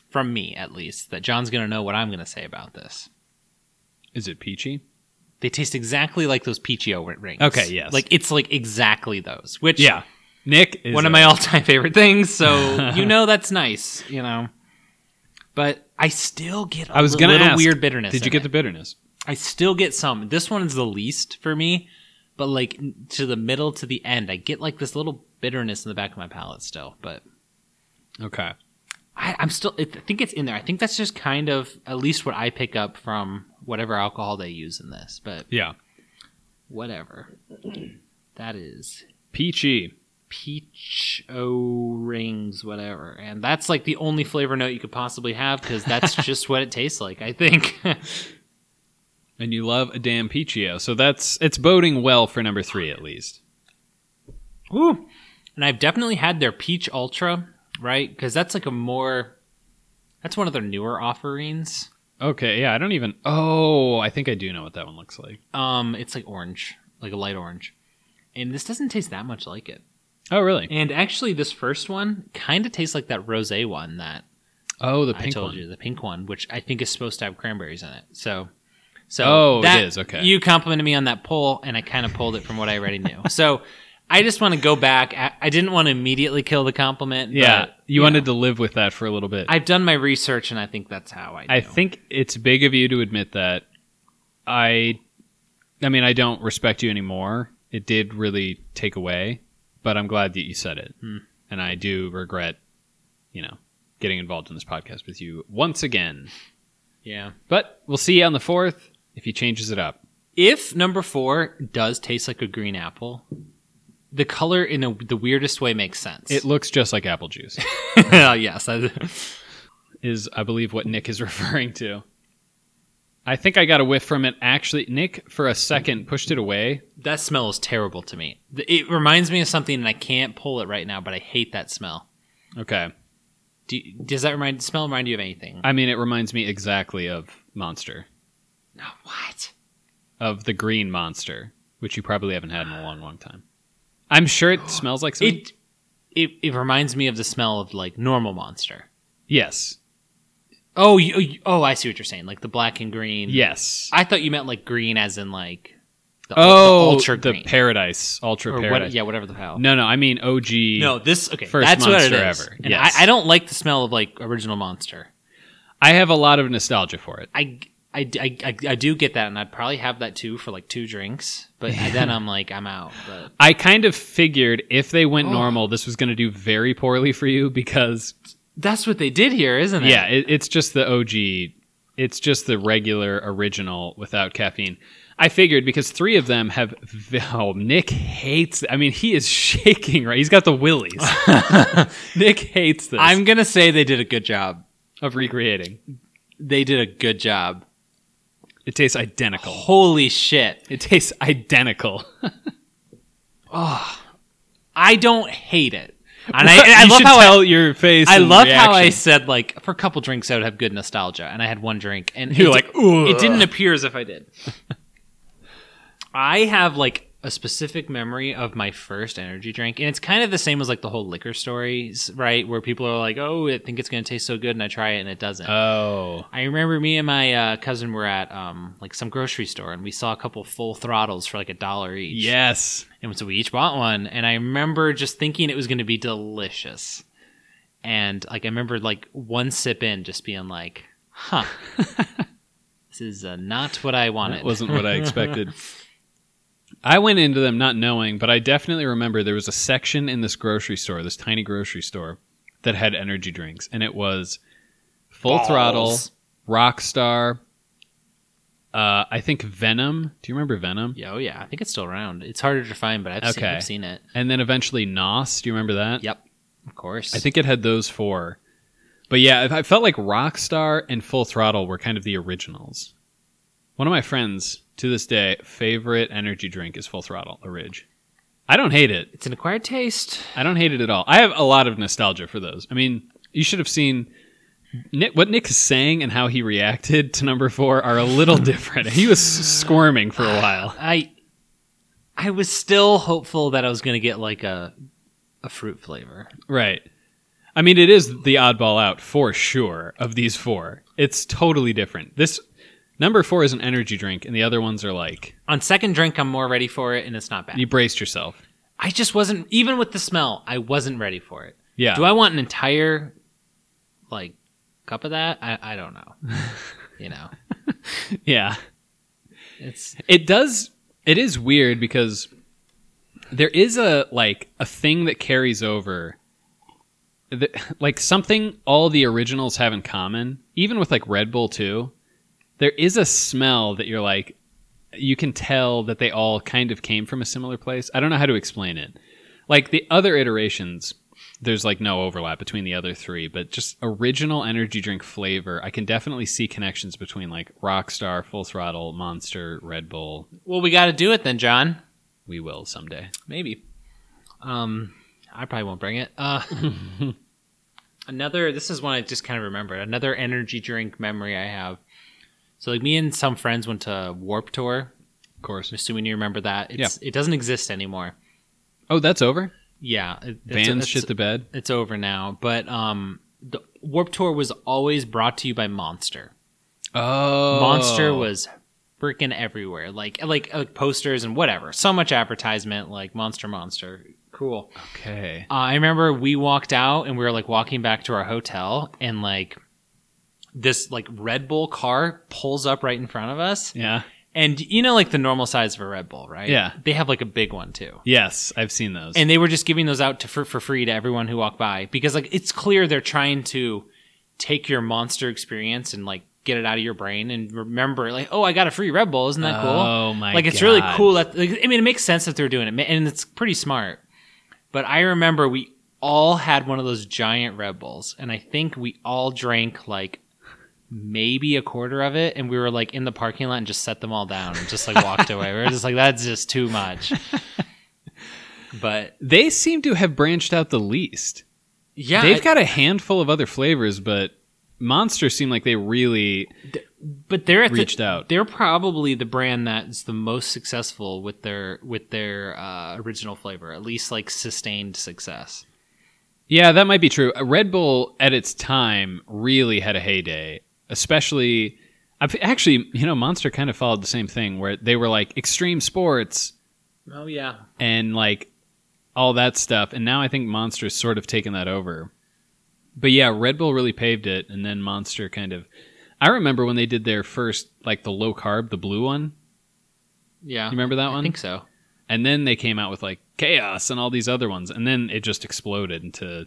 [SPEAKER 1] from me at least that john's going to know what i'm going to say about this
[SPEAKER 2] Is it peachy?
[SPEAKER 1] they taste exactly like those peachio ri- rings
[SPEAKER 2] Okay, yes.
[SPEAKER 1] like it's like exactly those which
[SPEAKER 2] Yeah. Nick is
[SPEAKER 1] one of
[SPEAKER 2] a-
[SPEAKER 1] my all-time favorite things so you know that's nice you know but i still get a
[SPEAKER 2] I was
[SPEAKER 1] li-
[SPEAKER 2] gonna
[SPEAKER 1] little
[SPEAKER 2] ask,
[SPEAKER 1] weird bitterness
[SPEAKER 2] Did you get the bitterness?
[SPEAKER 1] the i still get some this one is the least for me but like n- to the middle to the end i get like this little bitterness in the back of my palate still but
[SPEAKER 2] Okay.
[SPEAKER 1] I, I'm still. I think it's in there. I think that's just kind of at least what I pick up from whatever alcohol they use in this. But
[SPEAKER 2] Yeah.
[SPEAKER 1] whatever. That is
[SPEAKER 2] Peachy.
[SPEAKER 1] peach o rings, whatever, and that's like the only flavor note you could possibly have because that's just what it tastes like. I think.
[SPEAKER 2] And you love a damn peachio. So that's it's boding well for number three at least.
[SPEAKER 1] Ooh. And I've definitely had their peach ultra, right? Because that's like a more. That's one of their newer offerings.
[SPEAKER 2] Okay, yeah, I don't even. Oh, I think I do know what that one looks like.
[SPEAKER 1] Um, it's like orange, like a light orange, and this doesn't taste that much like it.
[SPEAKER 2] Oh, really?
[SPEAKER 1] And actually, this first one kind of tastes like that rose one that
[SPEAKER 2] Oh, the
[SPEAKER 1] I
[SPEAKER 2] pink
[SPEAKER 1] told
[SPEAKER 2] one.
[SPEAKER 1] you, the pink one, which I think is supposed to have cranberries in it. So, so
[SPEAKER 2] Oh, it
[SPEAKER 1] that-
[SPEAKER 2] is, okay.
[SPEAKER 1] You complimented me on that poll, and I kind of pulled it from what I already knew. So, I just want to go back. I, I didn't want to immediately kill the compliment.
[SPEAKER 2] Yeah,
[SPEAKER 1] but,
[SPEAKER 2] you wanted to live with that for a little bit. I,
[SPEAKER 1] I've done my research, and I think that's how I. Do.
[SPEAKER 2] think it's big of you to admit that. I, I mean, I don't respect you anymore. It did really take away, but I'm glad that you said it,
[SPEAKER 1] Hmm.
[SPEAKER 2] and I do regret, you know, getting involved in this podcast with you once again.
[SPEAKER 1] Yeah.
[SPEAKER 2] But we'll see you on the 4th if he changes it up.
[SPEAKER 1] If number four does taste like a green apple, the color in a, the weirdest way makes sense.
[SPEAKER 2] It looks just like apple juice,
[SPEAKER 1] yes. I,
[SPEAKER 2] is I believe what Nick is referring to. I think I got a whiff from it. Actually, Nick, for a second, pushed it away.
[SPEAKER 1] that smell is terrible to me. Th- It reminds me of something, and I can't pull it right now, but I hate that smell.
[SPEAKER 2] Okay.
[SPEAKER 1] Do you- does that remind smell remind you of anything?
[SPEAKER 2] I mean, it reminds me exactly of Monster,
[SPEAKER 1] No, what?
[SPEAKER 2] of the green Monster, which you probably haven't had in a long, long time. I'm sure it smells like something.
[SPEAKER 1] It, it it reminds me of the smell of like normal monster.
[SPEAKER 2] yes.
[SPEAKER 1] Oh, you, you- oh, I see what you're saying. Like the black and green.
[SPEAKER 2] Yes.
[SPEAKER 1] I thought you meant like green, as in like the,
[SPEAKER 2] oh,
[SPEAKER 1] the
[SPEAKER 2] the,
[SPEAKER 1] ultra green
[SPEAKER 2] Paradise. Ultra
[SPEAKER 1] or
[SPEAKER 2] Paradise.
[SPEAKER 1] what, yeah, whatever the hell.
[SPEAKER 2] No, no, I mean OG.
[SPEAKER 1] No, this okay.
[SPEAKER 2] First
[SPEAKER 1] that's what it
[SPEAKER 2] monster
[SPEAKER 1] is.
[SPEAKER 2] ever.
[SPEAKER 1] And
[SPEAKER 2] Yes.
[SPEAKER 1] I, I don't like the smell of like original monster.
[SPEAKER 2] I have a lot of nostalgia for it.
[SPEAKER 1] I, I, I, I, I do get that, and I'd probably have that too for like two drinks. But then I'm like, I'm out. But
[SPEAKER 2] I kind of figured if they went
[SPEAKER 1] Oh.
[SPEAKER 2] normal, this was going to do very poorly for you because
[SPEAKER 1] that's what they did here, isn't it?
[SPEAKER 2] yeah, it, it's just the OG. It's just the regular original without caffeine. I figured because three of them have. Oh, Nick hates. I mean, he is shaking right. He's got the willies. Nick hates this.
[SPEAKER 1] I'm gonna say they did a good job.
[SPEAKER 2] of recreating.
[SPEAKER 1] They did a good job.
[SPEAKER 2] It tastes identical.
[SPEAKER 1] Holy shit!
[SPEAKER 2] It tastes identical.
[SPEAKER 1] I don't hate it, and
[SPEAKER 2] You
[SPEAKER 1] I, I love
[SPEAKER 2] should
[SPEAKER 1] how I,
[SPEAKER 2] tell your face.
[SPEAKER 1] I
[SPEAKER 2] and
[SPEAKER 1] love how I
[SPEAKER 2] reaction.
[SPEAKER 1] said like for a couple drinks I would have good nostalgia, and I had one drink, and
[SPEAKER 2] You're
[SPEAKER 1] it-
[SPEAKER 2] like, "Ugh."
[SPEAKER 1] it didn't appear as if I did. I have like a specific memory of my first energy drink, and it's kind of the same as like the whole liquor stories, right? Where people are like, "Oh, I think it's going to taste so good," and I try it and it doesn't.
[SPEAKER 2] Oh,
[SPEAKER 1] I remember me and my uh, cousin were at um, like some grocery store, and we saw a couple full throttles for like a dollar each.
[SPEAKER 2] yes.
[SPEAKER 1] And so we each bought one. And I remember just thinking it was going to be delicious. And like, I remember like one sip in just being like, huh, this is uh, not what I wanted.
[SPEAKER 2] That wasn't what I expected. I went into them not knowing, but I definitely remember there was a section in this grocery store, this tiny grocery store, that had energy drinks, and it was Full
[SPEAKER 1] Balls.
[SPEAKER 2] Throttle, Rockstar. Uh, I think Venom. Do you remember Venom?
[SPEAKER 1] Yeah, oh, yeah. I think it's still around. It's harder to find, but I've, seen,
[SPEAKER 2] Okay.
[SPEAKER 1] I've seen it.
[SPEAKER 2] And then eventually Nos. Do you remember that?
[SPEAKER 1] Yep. Of course.
[SPEAKER 2] I think it had those four. But yeah, I I felt like Rockstar and Full Throttle were kind of the originals. One of my friends to this day favorite energy drink is Full Throttle, a Ridge. I don't hate it.
[SPEAKER 1] it's an acquired taste.
[SPEAKER 2] I don't hate it at all. I have a lot of nostalgia for those. I mean, you should have seen Nick, what Nick is saying and how he reacted to number four are a little different. He was squirming for a while.
[SPEAKER 1] I. I was still hopeful that I was going to get like a a fruit flavor.
[SPEAKER 2] Right. I mean, it is the oddball out for sure of these four. It's totally different. This number four is an energy drink, and the other ones are like
[SPEAKER 1] On second drink, I'm more ready for it, and it's not bad.
[SPEAKER 2] you braced yourself.
[SPEAKER 1] I just wasn't even with the smell. I wasn't ready for it.
[SPEAKER 2] Yeah.
[SPEAKER 1] Do I want an entire like cup of that? I, I don't know. you know,
[SPEAKER 2] yeah.
[SPEAKER 1] it's
[SPEAKER 2] It does. It is weird because there is a like a thing that carries over, that, like something all the originals have in common. Even with like Red Bull too, there is a smell that you're like, you can tell that they all kind of came from a similar place. I don't know how to explain it. Like the other iterations, there's like no overlap between the other three, but just original energy drink flavor, I can definitely see connections between like Rockstar, Full Throttle, Monster, Red Bull.
[SPEAKER 1] well, we got to do it then, John.
[SPEAKER 2] We will someday.
[SPEAKER 1] Maybe. Um, I probably won't bring it. Uh, another. This is one I just kind of remembered. Another energy drink memory I have. So like me and some friends went to Warp Tour.
[SPEAKER 2] Of course.
[SPEAKER 1] I'm assuming you remember that. It's, It doesn't exist anymore.
[SPEAKER 2] Oh, that's over?
[SPEAKER 1] Yeah. It, it's a-
[SPEAKER 2] Vans
[SPEAKER 1] it's-
[SPEAKER 2] shit the bed.
[SPEAKER 1] it's over now. But um, the Warp Tour was always brought to you by Monster.
[SPEAKER 2] Oh.
[SPEAKER 1] Monster was freaking everywhere, like like like posters and whatever. So much advertisement, like Monster, Monster, cool.
[SPEAKER 2] Okay.
[SPEAKER 1] Uh, I remember we walked out and we were like walking back to our hotel, and like this like Red Bull car pulls up right in front of us,
[SPEAKER 2] Yeah.
[SPEAKER 1] And you know, like the normal size of a Red Bull, right?
[SPEAKER 2] Yeah.
[SPEAKER 1] They have like a big one too.
[SPEAKER 2] Yes, I've seen those.
[SPEAKER 1] And they were just giving those out to, for, for free to everyone who walked by because like it's clear they're trying to take your monster experience and like get it out of your brain and remember like, oh, I got a free Red Bull. Isn't that cool?
[SPEAKER 2] Oh my
[SPEAKER 1] like it's really
[SPEAKER 2] God.
[SPEAKER 1] cool that like, I mean it makes sense that they're doing it ma- and it's pretty smart. But I remember we all had one of those giant Red Bulls and I think we all drank like maybe a quarter of it and we were like in the parking lot and just set them all down and just like walked away. We were just like that's just too much. But
[SPEAKER 2] They seem to have branched out the least.
[SPEAKER 1] yeah,
[SPEAKER 2] They've
[SPEAKER 1] I-
[SPEAKER 2] got a handful of other flavors, but Monster seem like they really
[SPEAKER 1] but they're at the-
[SPEAKER 2] reached out.
[SPEAKER 1] They're probably the brand that's the most successful with their with their uh, original flavor, at least like sustained success.
[SPEAKER 2] Yeah, that might be true. Uh, Red Bull at its time really had a heyday, especially. I've actually, you know, Monster kind of followed the same thing where they were like extreme sports
[SPEAKER 1] Oh yeah,
[SPEAKER 2] and like all that stuff. And now I think Monster's sort of taken that over. But yeah, Red Bull really paved it, and then Monster kind of. I remember when they did their first, like the low carb, the blue one.
[SPEAKER 1] yeah.
[SPEAKER 2] You remember
[SPEAKER 1] I
[SPEAKER 2] that one?
[SPEAKER 1] think so.
[SPEAKER 2] And then they came out with like Chaos and all these other ones, and then it just exploded into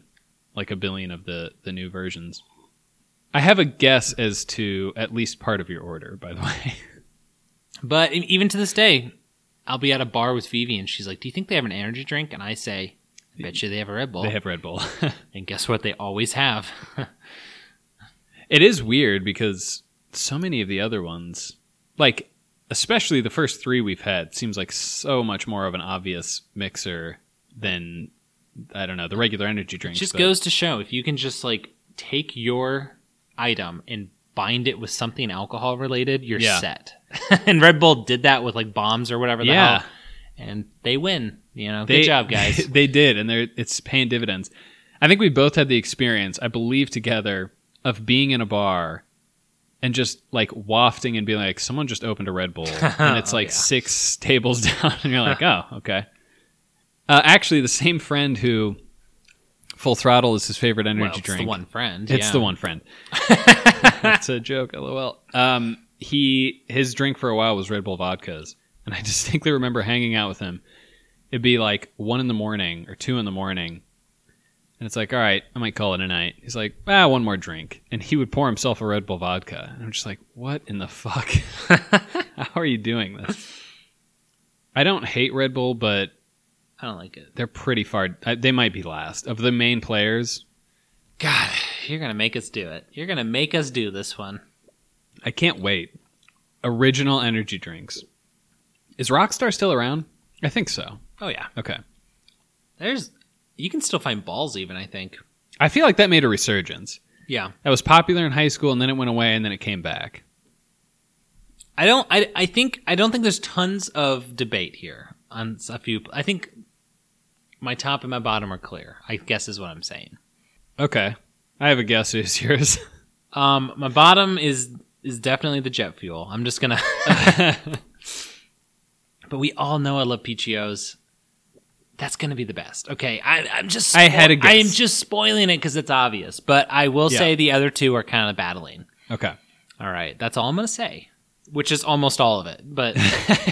[SPEAKER 2] like a billion of the the new versions. I have a guess as to at least part of your order, by the way.
[SPEAKER 1] But e- even to this day, I'll be at a bar with Vivi and she's like, "Do you think they have an energy drink?" And I say, "I bet you they have a Red Bull."
[SPEAKER 2] they have Red Bull.
[SPEAKER 1] And guess what? They always have.
[SPEAKER 2] it is weird because so many of the other ones, like especially the first three we've had, seems like so much more of an obvious mixer than I don't know the regular energy
[SPEAKER 1] it
[SPEAKER 2] drinks.
[SPEAKER 1] just
[SPEAKER 2] but-
[SPEAKER 1] goes to show if you can just like take your item and bind it with something alcohol related, you're
[SPEAKER 2] Yeah.
[SPEAKER 1] set. and Red Bull did that with like bombs or whatever the
[SPEAKER 2] Yeah.
[SPEAKER 1] hell, and they win. You know,
[SPEAKER 2] They-
[SPEAKER 1] good job, guys.
[SPEAKER 2] They did, and they're it's paying dividends. I think we both had the experience, I believe, together of being in a bar and just like wafting and being like, someone just opened a Red Bull, and it's
[SPEAKER 1] Oh,
[SPEAKER 2] like
[SPEAKER 1] yeah.
[SPEAKER 2] six tables down, and you're like, oh, okay. Uh, actually, the same friend who Full Throttle is his favorite energy
[SPEAKER 1] well, it's
[SPEAKER 2] drink.
[SPEAKER 1] the one friend.
[SPEAKER 2] It's
[SPEAKER 1] yeah.
[SPEAKER 2] the one friend. it's a joke, lol. Um, he his drink for a while was Red Bull vodkas, and I distinctly remember hanging out with him. It'd be like one in the morning or two in the morning, and it's like, all right, I might call it a night. He's like, ah, one more drink, and he would pour himself a Red Bull vodka, and I'm just like, what in the fuck? How are you doing this? I don't hate Red Bull, but
[SPEAKER 1] I don't like it.
[SPEAKER 2] they're pretty far. I- They might be last of the main players.
[SPEAKER 1] God, you're gonna make us do it. You're gonna make us do this one.
[SPEAKER 2] I can't wait. Original energy drinks. Is Rockstar still around? I think so.
[SPEAKER 1] Oh yeah.
[SPEAKER 2] Okay.
[SPEAKER 1] There's you can still find balls even, I think.
[SPEAKER 2] I feel like that made a resurgence.
[SPEAKER 1] Yeah.
[SPEAKER 2] That was popular in high school and then it went away and then it came back.
[SPEAKER 1] I don't I I think I don't think there's tons of debate here on s- a few I think my top and my bottom are clear. I guess is what I'm saying.
[SPEAKER 2] Okay. I have a guess who's yours.
[SPEAKER 1] Um my bottom is is definitely the jet fuel. I'm just going to But we all know I love PGOs. That's going to be the best. Okay, I, I'm just.
[SPEAKER 2] I had a
[SPEAKER 1] I am
[SPEAKER 2] guess.
[SPEAKER 1] just spoiling it because it's obvious, but I will
[SPEAKER 2] Yeah.
[SPEAKER 1] say the other two are kind of battling.
[SPEAKER 2] okay.
[SPEAKER 1] All right, that's all I'm gonna say, which is almost all of it. But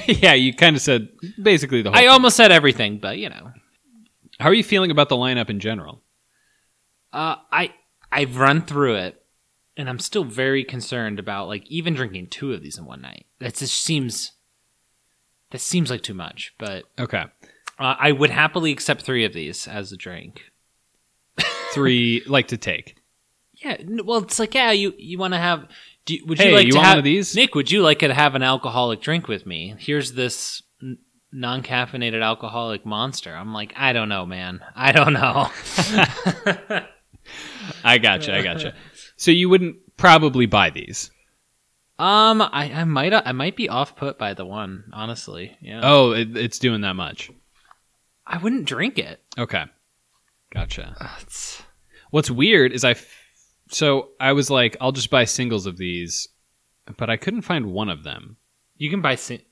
[SPEAKER 2] yeah, you kind of said basically the whole
[SPEAKER 1] I almost said everything. But you know,
[SPEAKER 2] How are you feeling about the lineup in general?
[SPEAKER 1] uh, I I've run through it, and I'm still very concerned about like even drinking two of these in one night. That just seems that seems like too much. But
[SPEAKER 2] Okay.
[SPEAKER 1] uh, I would happily accept three of these as a drink.
[SPEAKER 2] 3 like to take.
[SPEAKER 1] Yeah, n- well, it's like yeah, you you want to have. Do, you- would
[SPEAKER 2] Hey,
[SPEAKER 1] you like
[SPEAKER 2] you
[SPEAKER 1] to
[SPEAKER 2] want
[SPEAKER 1] have
[SPEAKER 2] one of these?
[SPEAKER 1] Nick? Would you like to have an alcoholic drink with me? Here's this n- non-caffeinated alcoholic monster. I'm like, I don't know, man. I don't know.
[SPEAKER 2] I gotcha. I gotcha. So you wouldn't probably buy these.
[SPEAKER 1] um, I, I might I might be off put by the one, honestly. Yeah,
[SPEAKER 2] Oh, it, it's doing that much.
[SPEAKER 1] I wouldn't drink it.
[SPEAKER 2] Okay. Gotcha.
[SPEAKER 1] Ugh, it's-
[SPEAKER 2] What's weird is I, f- so I was like, I'll just buy singles of these, but I couldn't find one of them.
[SPEAKER 1] you can buy si-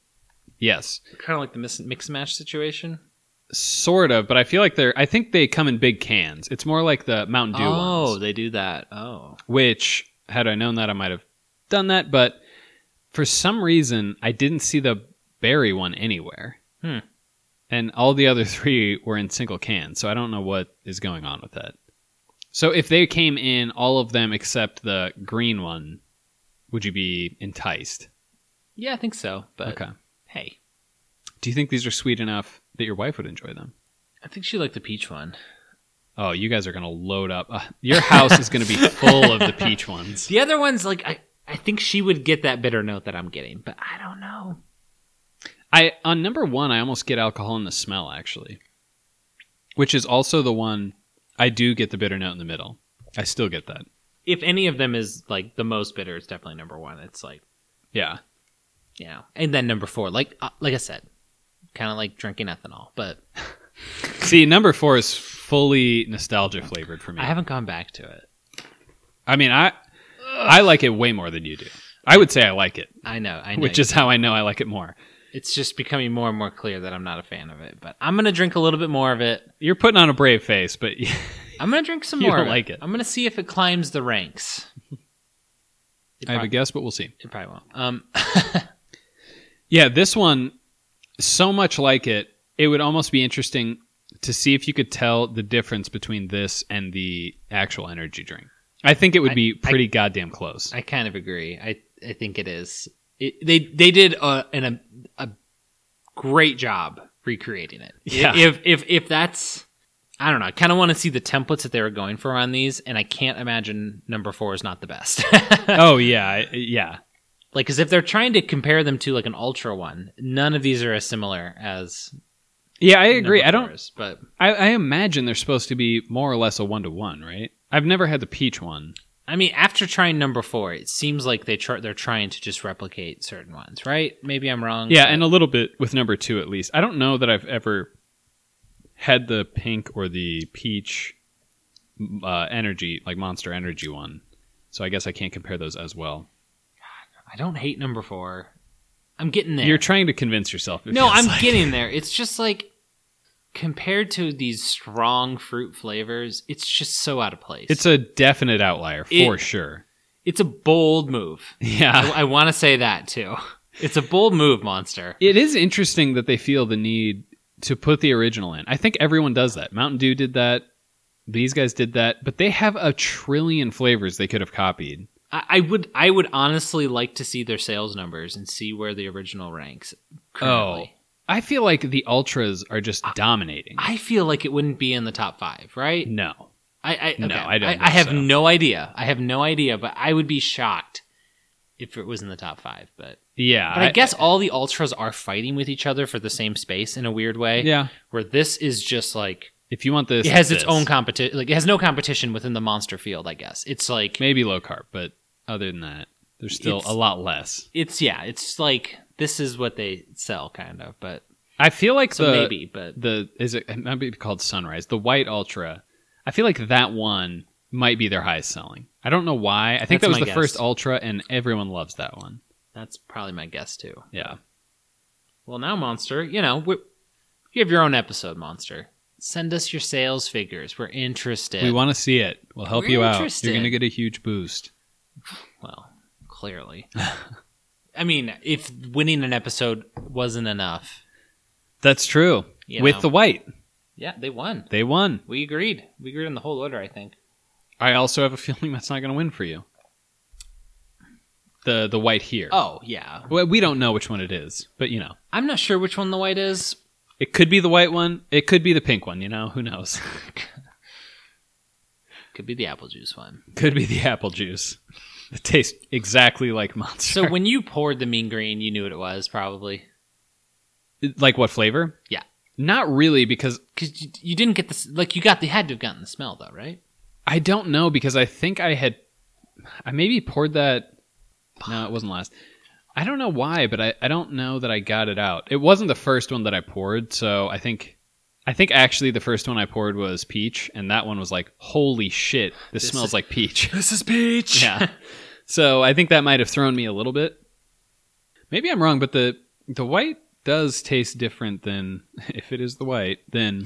[SPEAKER 2] Yes,
[SPEAKER 1] kind of like the mis- mix and match situation.
[SPEAKER 2] sort of, but I feel like they're. I think they come in big cans. It's more like the Mountain Dew
[SPEAKER 1] oh,
[SPEAKER 2] ones.
[SPEAKER 1] they do that. Oh,
[SPEAKER 2] Which, had I known that, I might have done that. But for some reason, I didn't see the berry one anywhere.
[SPEAKER 1] Hmm.
[SPEAKER 2] And all the other three were in single cans, so I don't know what is going on with that. So if they came in, all of them except the green one, would you be enticed?
[SPEAKER 1] Yeah, I think so. But
[SPEAKER 2] okay.
[SPEAKER 1] hey,
[SPEAKER 2] Do you think these are sweet enough that your wife would enjoy them?
[SPEAKER 1] I think she liked the peach one.
[SPEAKER 2] Oh, you guys are gonna load up. Uh, your house is gonna be full of the peach ones.
[SPEAKER 1] The other one's like I, I think she would get that bitter note that I'm getting, but I don't know.
[SPEAKER 2] I on number one, I almost get alcohol in the smell actually, which is also the one I do get the bitter note in the middle. I still get that.
[SPEAKER 1] If any of them is like the most bitter, it's definitely number one. It's like
[SPEAKER 2] Yeah,
[SPEAKER 1] you know, and then number four, like uh, like I said, kind of like drinking ethanol. But
[SPEAKER 2] See, number four is fully nostalgia flavored for me.
[SPEAKER 1] I
[SPEAKER 2] I,
[SPEAKER 1] haven't gone back to it.
[SPEAKER 2] mean, I I like it way more than you do. I would say I like it,
[SPEAKER 1] I know, I know.
[SPEAKER 2] which is how I know I like it more.
[SPEAKER 1] it's just becoming more and more clear that I'm not a fan of it. But I'm gonna drink a little bit more of it.
[SPEAKER 2] You're putting on a brave face, but
[SPEAKER 1] I'm gonna drink some
[SPEAKER 2] You
[SPEAKER 1] more.
[SPEAKER 2] don't
[SPEAKER 1] of
[SPEAKER 2] like it.
[SPEAKER 1] I'm gonna see if it climbs the ranks. It
[SPEAKER 2] I have a
[SPEAKER 1] prob-
[SPEAKER 2] guess, but we'll see.
[SPEAKER 1] it probably won't. Um,
[SPEAKER 2] Yeah, this one so much like it, it would almost be interesting to see if you could tell the difference between this and the actual energy drink. I think it would
[SPEAKER 1] I-
[SPEAKER 2] be
[SPEAKER 1] I-
[SPEAKER 2] pretty goddamn close.
[SPEAKER 1] I kind of agree. I I think it is. It, they they did a, an, a a great job recreating it.
[SPEAKER 2] Yeah.
[SPEAKER 1] If if if that's I don't know. I kind of want to see the templates that they were going for on these, and I can't imagine number four is not the best.
[SPEAKER 2] oh yeah, I- yeah.
[SPEAKER 1] like, because if they're trying to compare them to like an ultra one, none of these are as similar as.
[SPEAKER 2] Yeah, I agree.
[SPEAKER 1] number
[SPEAKER 2] I don't
[SPEAKER 1] four is, but
[SPEAKER 2] I, I imagine they're supposed to be more or less a one to one, right? I've never had the peach one.
[SPEAKER 1] I mean, after trying number four, it seems like they try they're trying to just replicate certain ones, right? Maybe I'm wrong.
[SPEAKER 2] Yeah,
[SPEAKER 1] but-
[SPEAKER 2] and a little bit with number two at least. I don't know that I've ever had the pink or the peach uh, energy, like Monster Energy one. So I guess I can't compare those as well.
[SPEAKER 1] I don't hate number four. I'm getting there.
[SPEAKER 2] You're trying to convince yourself. it
[SPEAKER 1] No,
[SPEAKER 2] feels
[SPEAKER 1] I'm
[SPEAKER 2] like.
[SPEAKER 1] getting there. It's just like compared to these strong fruit flavors, it's just so out of place.
[SPEAKER 2] It's a definite outlier for
[SPEAKER 1] It-
[SPEAKER 2] sure.
[SPEAKER 1] it's a bold move. I,
[SPEAKER 2] Yeah.
[SPEAKER 1] I want to say that too. It's a bold move, monster.
[SPEAKER 2] It is interesting that they feel the need to put the original in. I think everyone does that. Mountain Dew did that. These guys did that, but they have a trillion flavors they could have copied.
[SPEAKER 1] I, I would I would honestly like to see their sales numbers and see where the original ranks. Currently.
[SPEAKER 2] I feel like the ultras are just dominating.
[SPEAKER 1] I feel like it wouldn't be in the top five, right?
[SPEAKER 2] no.
[SPEAKER 1] I, I
[SPEAKER 2] No,
[SPEAKER 1] okay.
[SPEAKER 2] I don't think
[SPEAKER 1] I, have
[SPEAKER 2] so.
[SPEAKER 1] no idea. I have no idea, but I would be shocked if it was in the top five. But
[SPEAKER 2] Yeah.
[SPEAKER 1] But I, guess all the ultras are fighting with each other for the same space in a weird way.
[SPEAKER 2] Yeah.
[SPEAKER 1] Where this is just like
[SPEAKER 2] If you want this,
[SPEAKER 1] it has
[SPEAKER 2] this.
[SPEAKER 1] its own competition. Like it has no competition within the monster field. I guess it's like
[SPEAKER 2] maybe low carb, but other than that, there's still
[SPEAKER 1] It's-
[SPEAKER 2] a lot less.
[SPEAKER 1] it's yeah. It's like this is what they sell, kind of. But
[SPEAKER 2] I feel like
[SPEAKER 1] so
[SPEAKER 2] the
[SPEAKER 1] maybe. But
[SPEAKER 2] the is it, it might be called Sunrise, the White Ultra. I feel like that one might be their highest selling. I don't know why. I
[SPEAKER 1] That's
[SPEAKER 2] think that was
[SPEAKER 1] my
[SPEAKER 2] the
[SPEAKER 1] guess.
[SPEAKER 2] first Ultra, and everyone loves that one.
[SPEAKER 1] that's probably my guess too.
[SPEAKER 2] Yeah,
[SPEAKER 1] Well, now monster, you know we you have your own episode, monster. Send us your sales figures. We're interested.
[SPEAKER 2] we want to see it. We'll help
[SPEAKER 1] We're
[SPEAKER 2] you out.
[SPEAKER 1] interested.
[SPEAKER 2] You're gonna get a huge boost.
[SPEAKER 1] Well, clearly. I mean, if winning an episode wasn't enough,
[SPEAKER 2] That's true.
[SPEAKER 1] You
[SPEAKER 2] With
[SPEAKER 1] know.
[SPEAKER 2] the white,
[SPEAKER 1] yeah, they won.
[SPEAKER 2] they won.
[SPEAKER 1] We agreed. We agreed on the whole order, I think.
[SPEAKER 2] I also have a feeling that's not gonna win for you. The the white here.
[SPEAKER 1] Oh, yeah.
[SPEAKER 2] Well, we don't know which one it is, but you know,
[SPEAKER 1] I'm not sure which one the white is.
[SPEAKER 2] it could be the white one. It could be the pink one. You know, who knows?
[SPEAKER 1] Could be the apple juice one.
[SPEAKER 2] could be the apple juice. It tastes exactly like monster.
[SPEAKER 1] So when you poured the mean green, you knew what it was, probably.
[SPEAKER 2] Like what flavor?
[SPEAKER 1] Yeah.
[SPEAKER 2] Not really, because
[SPEAKER 1] Because you, you didn't get this. Like, you got the, had to have gotten the smell, though, right?
[SPEAKER 2] I don't know, because I think I had, I maybe poured that. No, it wasn't last. I don't know why, but I, I don't know that I got it out. It wasn't the first one that I poured, so I think, I think actually the first one I poured was peach, and that one was like, holy shit, this,
[SPEAKER 1] This
[SPEAKER 2] smells
[SPEAKER 1] is-
[SPEAKER 2] like peach.
[SPEAKER 1] This is peach.
[SPEAKER 2] yeah. So I think that might have thrown me a little bit. Maybe I'm wrong, but the the white does taste different than if it is the white than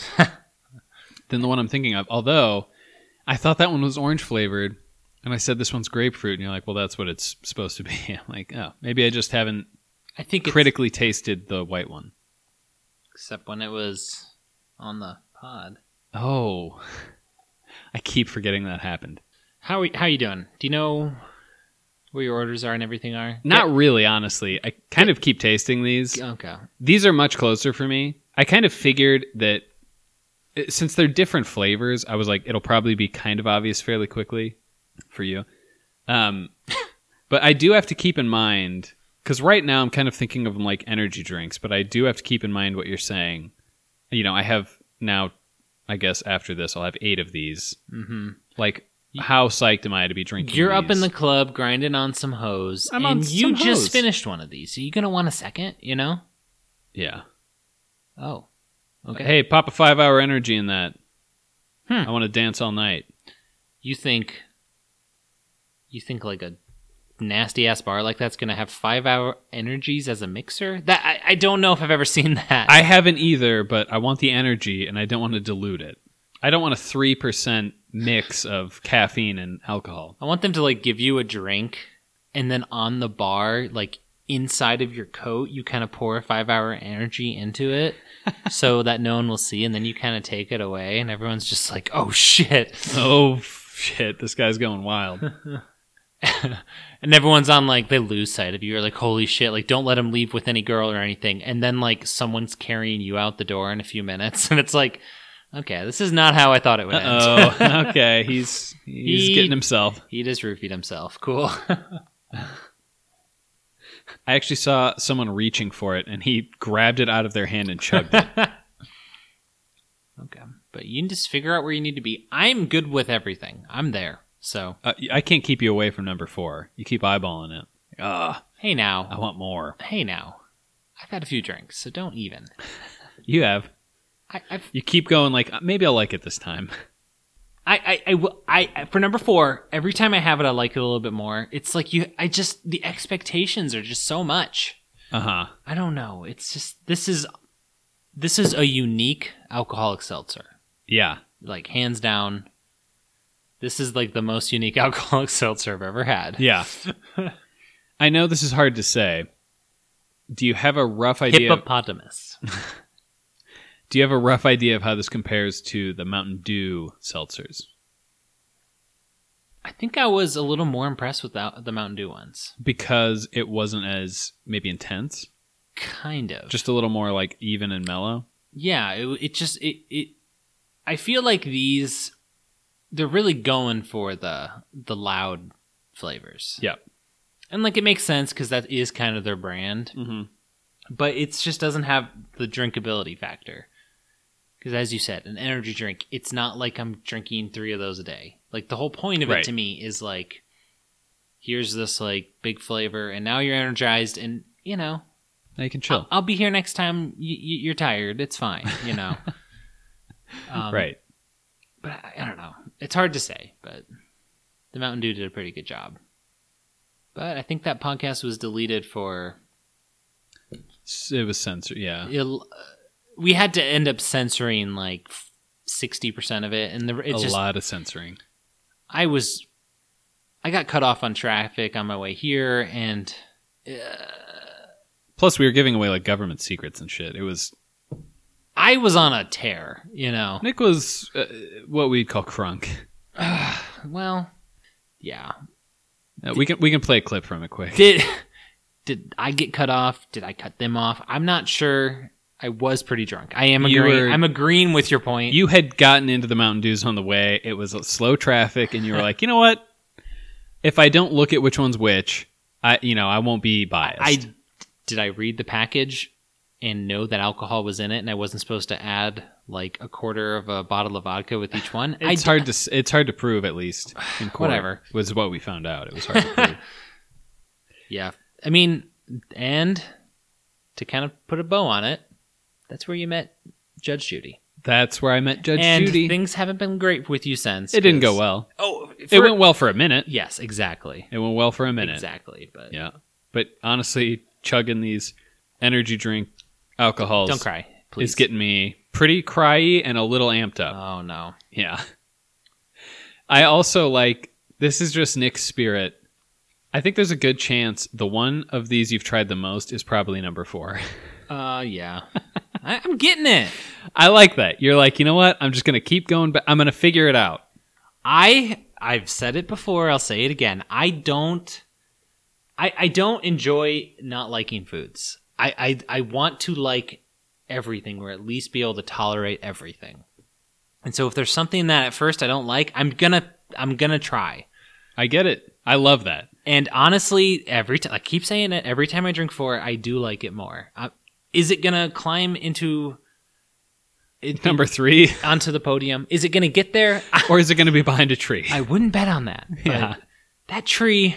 [SPEAKER 2] than the one I'm thinking of. Although I thought that one was orange flavored, And I said, this one's grapefruit. And you're like, well, that's what it's supposed to be. I'm like, oh, maybe I just haven't
[SPEAKER 1] I think it's,
[SPEAKER 2] critically tasted the white one.
[SPEAKER 1] except when it was on the pod.
[SPEAKER 2] Oh, I keep forgetting that happened.
[SPEAKER 1] How are, how you doing? Do you know where your orders are and everything are?
[SPEAKER 2] Not really, honestly. I kind of keep tasting these.
[SPEAKER 1] Yeah, okay.
[SPEAKER 2] These are much closer for me. I kind of figured that eh, since they're different flavors, I was like, it'll probably be kind of obvious fairly quickly for you. Um, but I do have to keep in mind because right now I'm kind of thinking of them like energy drinks, but I do have to keep in mind what you're saying. You know, I have now, I guess after this, I'll have eight of these.
[SPEAKER 1] Mm-hmm.
[SPEAKER 2] Like, how psyched am I to be drinking?
[SPEAKER 1] You're up in
[SPEAKER 2] these?
[SPEAKER 1] the club grinding on some hose,
[SPEAKER 2] I'm on
[SPEAKER 1] and you
[SPEAKER 2] some
[SPEAKER 1] just
[SPEAKER 2] hose.
[SPEAKER 1] finished one of these. Are you gonna want a second? You know?
[SPEAKER 2] yeah.
[SPEAKER 1] Oh, okay.
[SPEAKER 2] Hey, pop a five hour energy in that.
[SPEAKER 1] Hmm.
[SPEAKER 2] I want to dance all night.
[SPEAKER 1] you think you think like a nasty ass bar like that's gonna have five hour energies as a mixer that i, I don't know if i've ever seen that
[SPEAKER 2] I haven't either, but I want the energy and I don't want to dilute it. I don't want a 3% mix of caffeine and alcohol.
[SPEAKER 1] I want them to like give you a drink and then on the bar like inside of your coat you kind of pour five hour energy into it so that no one will see and then you kind of take it away and everyone's just like oh shit
[SPEAKER 2] Oh, shit. This guy's going wild.
[SPEAKER 1] and everyone's on like they lose sight of you you're like holy shit like don't let him leave with any girl or anything and then like someone's carrying you out the door in a few minutes and it's like okay this is not how i thought it would end
[SPEAKER 2] oh, okay. He's, he's
[SPEAKER 1] He-
[SPEAKER 2] getting himself.
[SPEAKER 1] he just roofied himself cool
[SPEAKER 2] I actually saw someone reaching for it and he grabbed it out of their hand and chugged it.
[SPEAKER 1] okay but you can just figure out where you need to be i'm good with everything i'm there so
[SPEAKER 2] Uh, I can't keep you away from number four. You keep eyeballing it. Ah,
[SPEAKER 1] hey now
[SPEAKER 2] I want more.
[SPEAKER 1] hey now i've had a few drinks so don't even
[SPEAKER 2] You have.
[SPEAKER 1] I, I've,
[SPEAKER 2] You keep going like, "Uh, maybe I'll like it this time.
[SPEAKER 1] I, I, I, will- I, I- for number four, every time I have it, I like it a little bit more. It's like you, I just, the expectations are just so much.
[SPEAKER 2] Uh huh.
[SPEAKER 1] I don't know. It's just this is this is a unique alcoholic seltzer.
[SPEAKER 2] Yeah.
[SPEAKER 1] Like hands down, this is like the most unique alcoholic seltzer I've ever had.
[SPEAKER 2] Yeah. I know this is hard to say. Do you have a rough idea?
[SPEAKER 1] Hippopotamus.
[SPEAKER 2] do you have a rough idea of how this compares to the Mountain Dew seltzers?
[SPEAKER 1] I think I was a little more impressed with the, the Mountain Dew ones.
[SPEAKER 2] Because it wasn't as maybe intense,
[SPEAKER 1] Kind of.
[SPEAKER 2] just a little more like even and mellow.
[SPEAKER 1] yeah. It, it just it it. I feel like these, they're really going for the the loud flavors.
[SPEAKER 2] Yep.
[SPEAKER 1] And like it makes sense because that is kind of their brand.
[SPEAKER 2] Mm-hmm.
[SPEAKER 1] but it just doesn't have the drinkability factor. Because as you said, an energy drink, it's not like I'm drinking three of those a day. Like the whole point of
[SPEAKER 2] Right.
[SPEAKER 1] it to me is like, here's this like big flavor, and now you're energized, and you know,
[SPEAKER 2] Now you can chill.
[SPEAKER 1] I'll be here next time y- y- you're tired. It's fine, you know. um,
[SPEAKER 2] right.
[SPEAKER 1] But I, I don't know. It's hard to say, but the Mountain Dew did a pretty good job. But I think that podcast was deleted for
[SPEAKER 2] S- It was censored. Yeah.
[SPEAKER 1] il- uh, we had to end up censoring like sixty percent of it, and the
[SPEAKER 2] a
[SPEAKER 1] it's just
[SPEAKER 2] lot of censoring.
[SPEAKER 1] I was I got cut off on traffic on my way here, and
[SPEAKER 2] Plus, we were giving away like government secrets and shit. It was
[SPEAKER 1] I was on a tear, you know.
[SPEAKER 2] Nick was uh, what we'd call crunk.
[SPEAKER 1] Well, yeah.
[SPEAKER 2] Uh, we can we can play a clip from it quick.
[SPEAKER 1] Did did I get cut off? Did I cut them off? I'm not sure. I was pretty drunk. I am
[SPEAKER 2] You
[SPEAKER 1] agreeing.
[SPEAKER 2] were-
[SPEAKER 1] I'm agreeing with your point.
[SPEAKER 2] you had gotten into the Mountain Dews on the way. It was slow traffic, and you were like, you know what? If I don't look at which one's which, I you know I won't be biased.
[SPEAKER 1] I did I read the package and know that alcohol was in it, and I wasn't supposed to add like a quarter of a bottle of vodka with each one. I
[SPEAKER 2] it's
[SPEAKER 1] d-
[SPEAKER 2] hard to s- it's hard to prove at least. In court,
[SPEAKER 1] Whatever.
[SPEAKER 2] was what we found out. It was hard to prove.
[SPEAKER 1] Yeah, I mean, and to kind of put a bow on it, that's where you met Judge Judy.
[SPEAKER 2] That's where I met Judge
[SPEAKER 1] and
[SPEAKER 2] Judy.
[SPEAKER 1] things haven't been great with you since.
[SPEAKER 2] it didn't
[SPEAKER 1] 'cause-
[SPEAKER 2] go well.
[SPEAKER 1] Oh,
[SPEAKER 2] it
[SPEAKER 1] for-
[SPEAKER 2] went well for a minute.
[SPEAKER 1] Yes, exactly.
[SPEAKER 2] It went well for a minute.
[SPEAKER 1] Exactly, but
[SPEAKER 2] Yeah, but honestly, chugging these energy drink alcohols
[SPEAKER 1] don't cry, please.
[SPEAKER 2] is getting me pretty cryy and a little amped up.
[SPEAKER 1] oh no.
[SPEAKER 2] Yeah. I also like This is just Nick's spirit. I think there's a good chance the one of these you've tried the most is probably number four.
[SPEAKER 1] Uh, yeah. I, I'm getting it.
[SPEAKER 2] I like that. You're like, you know what? I'm just gonna keep going, but I'm gonna figure it out.
[SPEAKER 1] I I've said it before. I'll say it again. I don't. I I don't enjoy not liking foods. I I I want to like everything, or at least be able to tolerate everything. And so, if there's something that at first I don't like, I'm gonna I'm gonna try.
[SPEAKER 2] I get it. I love that.
[SPEAKER 1] And honestly, every time I keep saying it, every time I drink four, I do like it more. I, is it gonna climb into it,
[SPEAKER 2] Number three,
[SPEAKER 1] onto the podium? Is it gonna get there?
[SPEAKER 2] or is it gonna be behind a tree?
[SPEAKER 1] I wouldn't bet on that. but
[SPEAKER 2] Yeah.
[SPEAKER 1] that tree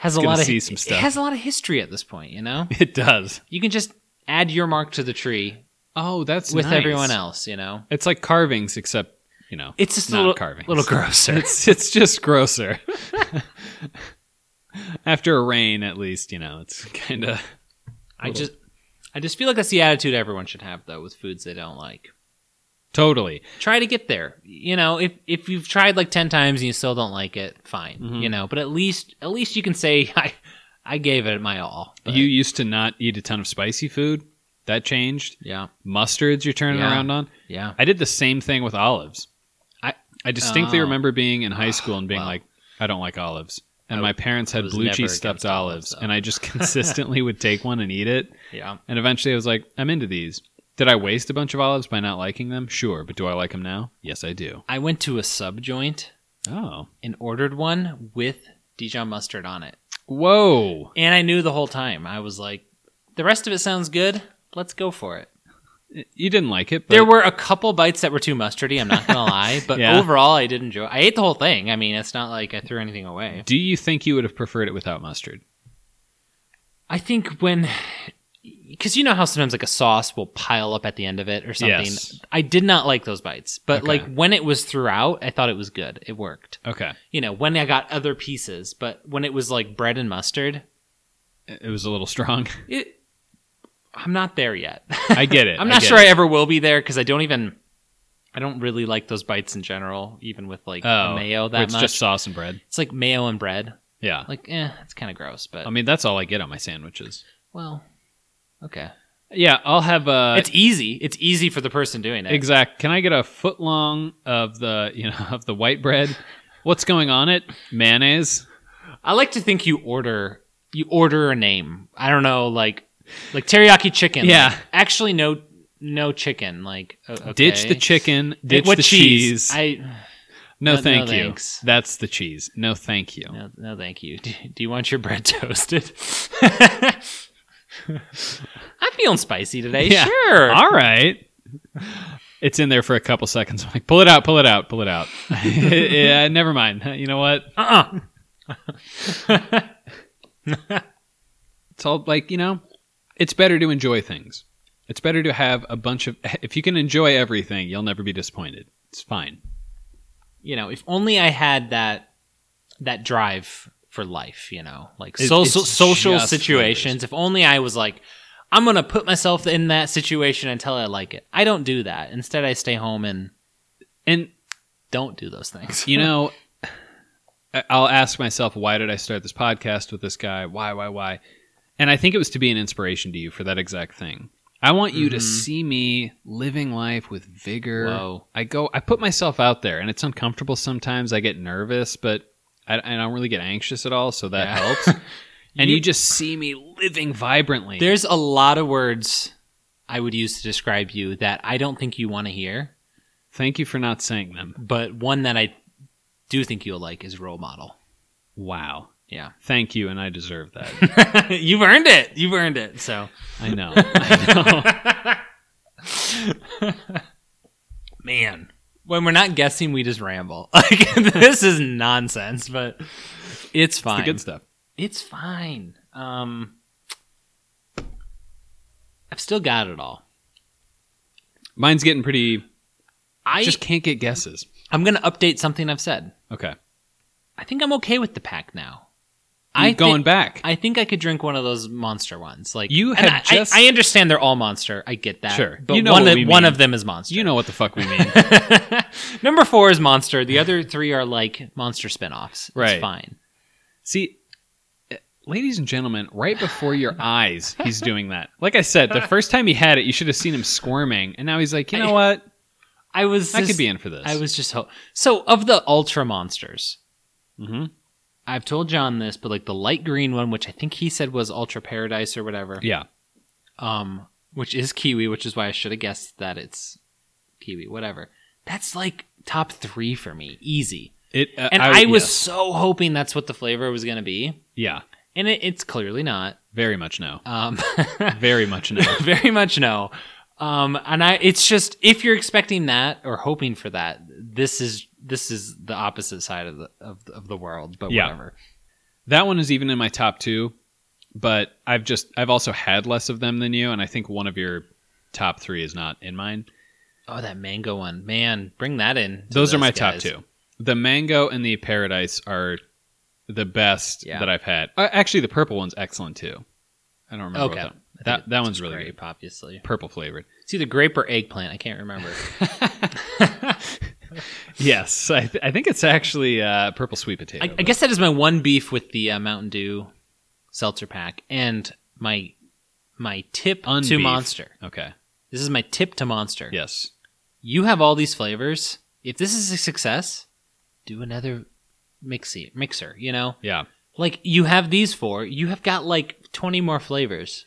[SPEAKER 1] has a
[SPEAKER 2] gonna
[SPEAKER 1] lot of
[SPEAKER 2] see some stuff.
[SPEAKER 1] It has a lot of history at this point. You know,
[SPEAKER 2] It does.
[SPEAKER 1] you can just add your mark to the tree
[SPEAKER 2] Oh, that's
[SPEAKER 1] with
[SPEAKER 2] nice.
[SPEAKER 1] everyone else. You know,
[SPEAKER 2] It's like carvings, except you know,
[SPEAKER 1] it's just
[SPEAKER 2] Not
[SPEAKER 1] a little
[SPEAKER 2] carvings.
[SPEAKER 1] little grosser.
[SPEAKER 2] it's it's just grosser. After a rain, at least you know it's kind of.
[SPEAKER 1] I just, I just feel like that's the attitude everyone should have though with foods they don't like.
[SPEAKER 2] Totally.
[SPEAKER 1] Try to get there. You know, if if you've tried like ten times and you still don't like it, fine.
[SPEAKER 2] Mhm.
[SPEAKER 1] You know, but at least at least you can say I I gave it my all. But,
[SPEAKER 2] You used to not eat a ton of spicy food. That changed.
[SPEAKER 1] yeah
[SPEAKER 2] Mustards you're turning
[SPEAKER 1] Yeah.
[SPEAKER 2] around on.
[SPEAKER 1] yeah
[SPEAKER 2] I did the same thing with olives. I I distinctly
[SPEAKER 1] Oh.
[SPEAKER 2] remember being in high school and being
[SPEAKER 1] Wow.
[SPEAKER 2] like, I don't like olives. And
[SPEAKER 1] I-
[SPEAKER 2] my parents
[SPEAKER 1] I
[SPEAKER 2] had
[SPEAKER 1] was
[SPEAKER 2] blue
[SPEAKER 1] never
[SPEAKER 2] cheese stuffed
[SPEAKER 1] against olives,
[SPEAKER 2] olives,
[SPEAKER 1] though.
[SPEAKER 2] and I just consistently would take one and eat it.
[SPEAKER 1] yeah.
[SPEAKER 2] And eventually I was like, I'm into these. Did I waste a bunch of olives by not liking them? Sure, but do I like them now? Yes, I do.
[SPEAKER 1] I went to a sub joint
[SPEAKER 2] Oh.
[SPEAKER 1] and ordered one with Dijon mustard on it.
[SPEAKER 2] Whoa.
[SPEAKER 1] And I knew the whole time. I was like, the rest of it sounds good. Let's go for it.
[SPEAKER 2] You didn't like it, but
[SPEAKER 1] There were a couple bites that were too mustardy, I'm not going to lie, but
[SPEAKER 2] Yeah.
[SPEAKER 1] overall I did enjoy. I ate the whole thing. I mean, it's not like I threw anything away.
[SPEAKER 2] do you think you would have preferred it without mustard?
[SPEAKER 1] I think when cuz you know how sometimes like a sauce will pile up at the end of it or something.
[SPEAKER 2] Yes.
[SPEAKER 1] I did not like those bites, but
[SPEAKER 2] Okay.
[SPEAKER 1] like when it was throughout, I thought it was good. It worked.
[SPEAKER 2] Okay.
[SPEAKER 1] You know, when I got other pieces, but when it was like bread and mustard,
[SPEAKER 2] It was a little strong.
[SPEAKER 1] it, I'm not there yet.
[SPEAKER 2] I get it.
[SPEAKER 1] I'm not
[SPEAKER 2] get
[SPEAKER 1] sure
[SPEAKER 2] it.
[SPEAKER 1] I ever will be there because I don't even. I don't really like those bites in general, even with like
[SPEAKER 2] Oh,
[SPEAKER 1] mayo
[SPEAKER 2] where
[SPEAKER 1] that
[SPEAKER 2] it's
[SPEAKER 1] much.
[SPEAKER 2] just sauce and bread.
[SPEAKER 1] It's like mayo and bread.
[SPEAKER 2] Yeah.
[SPEAKER 1] Like, eh, it's kind of gross, but
[SPEAKER 2] I mean, that's all I get on my sandwiches.
[SPEAKER 1] well, okay.
[SPEAKER 2] Yeah, I'll have a
[SPEAKER 1] it's easy. It's easy for the person doing it.
[SPEAKER 2] exact. Can I get a foot long of the you know of the white bread? What's going on it? Mayonnaise.
[SPEAKER 1] I like to think you order you order a name. I don't know, like like teriyaki chicken.
[SPEAKER 2] Yeah.
[SPEAKER 1] Like, actually, no, no chicken. Like, o- okay.
[SPEAKER 2] Ditch the chicken. Ditch
[SPEAKER 1] What
[SPEAKER 2] the cheese.
[SPEAKER 1] I
[SPEAKER 2] no,
[SPEAKER 1] No- no
[SPEAKER 2] thank you.
[SPEAKER 1] thanks.
[SPEAKER 2] That's the cheese. No, thank you.
[SPEAKER 1] no, no, thank you. Do, do you want your bread toasted? I'm feeling spicy today.
[SPEAKER 2] Yeah.
[SPEAKER 1] Sure.
[SPEAKER 2] All right. It's in there for a couple seconds. I'm like, pull it out, pull it out, pull it out. yeah, never mind. You know what?
[SPEAKER 1] Uh-uh.
[SPEAKER 2] It's all like, you know, it's better to enjoy things. It's better to have a bunch of. If you can enjoy everything, you'll never be disappointed. It's fine.
[SPEAKER 1] You know, if only I had that that drive for life. You know, like
[SPEAKER 2] It-
[SPEAKER 1] social
[SPEAKER 2] it's
[SPEAKER 1] social
[SPEAKER 2] just
[SPEAKER 1] situations. If only I was like, I'm gonna put myself in that situation until I like it. I don't do that. Instead, I stay home and
[SPEAKER 2] And
[SPEAKER 1] don't do those things.
[SPEAKER 2] you know, I- I'll ask myself, why did I start this podcast with this guy? Why, why, why? And I think it was to be an inspiration to you for that exact thing. I want you to
[SPEAKER 1] Mhm.
[SPEAKER 2] see me living life with vigor.
[SPEAKER 1] Whoa.
[SPEAKER 2] I go, I put myself out there, and it's uncomfortable sometimes. I get nervous, but I, I don't really get anxious at all, so that
[SPEAKER 1] Yeah.
[SPEAKER 2] helps. And you,
[SPEAKER 1] You-
[SPEAKER 2] just see me living vibrantly.
[SPEAKER 1] There's a lot of words I would use to describe you that I don't think you want to hear.
[SPEAKER 2] Thank you for not saying them.
[SPEAKER 1] but one that I do think you'll like is role model.
[SPEAKER 2] Wow.
[SPEAKER 1] Yeah.
[SPEAKER 2] Thank you, and I deserve that.
[SPEAKER 1] You've earned it. You've earned it. So,
[SPEAKER 2] I know. I know.
[SPEAKER 1] man, when we're not guessing, we just ramble. Like this is nonsense, but it's
[SPEAKER 2] It's the
[SPEAKER 1] fine.
[SPEAKER 2] good stuff.
[SPEAKER 1] It's fine. Um, I've still got it all.
[SPEAKER 2] Mine's getting pretty.
[SPEAKER 1] I
[SPEAKER 2] just can't get guesses.
[SPEAKER 1] I'm gonna update something I've said.
[SPEAKER 2] Okay.
[SPEAKER 1] I think I'm okay with the pack now. I
[SPEAKER 2] I going
[SPEAKER 1] think-
[SPEAKER 2] back.
[SPEAKER 1] I think I could drink one of those monster ones. Like
[SPEAKER 2] You
[SPEAKER 1] and
[SPEAKER 2] had
[SPEAKER 1] I, I-
[SPEAKER 2] just-
[SPEAKER 1] I, understand they're all monster. I get that.
[SPEAKER 2] Sure.
[SPEAKER 1] but
[SPEAKER 2] You know
[SPEAKER 1] one
[SPEAKER 2] what
[SPEAKER 1] of-
[SPEAKER 2] we
[SPEAKER 1] one
[SPEAKER 2] mean.
[SPEAKER 1] of them is monster.
[SPEAKER 2] you know what the fuck we mean.
[SPEAKER 1] Number four is monster. The other three are like monster spinoffs. It's
[SPEAKER 2] Right.
[SPEAKER 1] fine.
[SPEAKER 2] See, eh, ladies and gentlemen, right before your eyes, he's doing that. Like I said, the first time he had it, you should have seen him squirming, and now he's like, you know what?
[SPEAKER 1] I was.
[SPEAKER 2] I could
[SPEAKER 1] just-
[SPEAKER 2] be in for this.
[SPEAKER 1] I was just ho- so of the ultra monsters.
[SPEAKER 2] hmm
[SPEAKER 1] I've told John this, but like the light green one, which I think he said was Ultra Paradise or whatever.
[SPEAKER 2] Yeah,
[SPEAKER 1] um, which is kiwi, which is why I should have guessed that it's kiwi. Whatever. That's like top three for me, easy.
[SPEAKER 2] it. Uh,
[SPEAKER 1] And I, was
[SPEAKER 2] yes.
[SPEAKER 1] so hoping that's what the flavor was going to be,
[SPEAKER 2] yeah,
[SPEAKER 1] and it, it's clearly not.
[SPEAKER 2] very much no,
[SPEAKER 1] Um,
[SPEAKER 2] very much no.
[SPEAKER 1] very much no. Um, and I, it's just if you're expecting that or hoping for that, this is this is the opposite side of the of, of the world. But
[SPEAKER 2] Yeah.
[SPEAKER 1] whatever.
[SPEAKER 2] That one is even in my top two, but I've just I've also had less of them than you, and I think one of your top three is not in mine.
[SPEAKER 1] Oh, that mango one, man, bring that in. to
[SPEAKER 2] Those are
[SPEAKER 1] this,
[SPEAKER 2] my
[SPEAKER 1] guys.
[SPEAKER 2] top two. The mango and the paradise are the best
[SPEAKER 1] Yeah.
[SPEAKER 2] that I've had. Uh, actually, the purple one's excellent too. I don't remember.
[SPEAKER 1] Okay, I
[SPEAKER 2] What that,
[SPEAKER 1] think
[SPEAKER 2] that, that
[SPEAKER 1] it's
[SPEAKER 2] one's really
[SPEAKER 1] grape, obviously.
[SPEAKER 2] good. Purple flavored.
[SPEAKER 1] It's either grape or eggplant. I can't remember.
[SPEAKER 2] Yes, I, th- I think it's actually uh, purple sweet
[SPEAKER 1] I,
[SPEAKER 2] potato.
[SPEAKER 1] I guess that is my one beef with the uh, Mountain Dew seltzer pack, and my my tip to
[SPEAKER 2] Unbeef.
[SPEAKER 1] Monster.
[SPEAKER 2] but- Okay.
[SPEAKER 1] This is my tip to Monster.
[SPEAKER 2] Yes.
[SPEAKER 1] You have all these flavors. If this is a success, do another mixy mixer. You know,
[SPEAKER 2] Yeah.
[SPEAKER 1] like you have these four. You have got like twenty more flavors.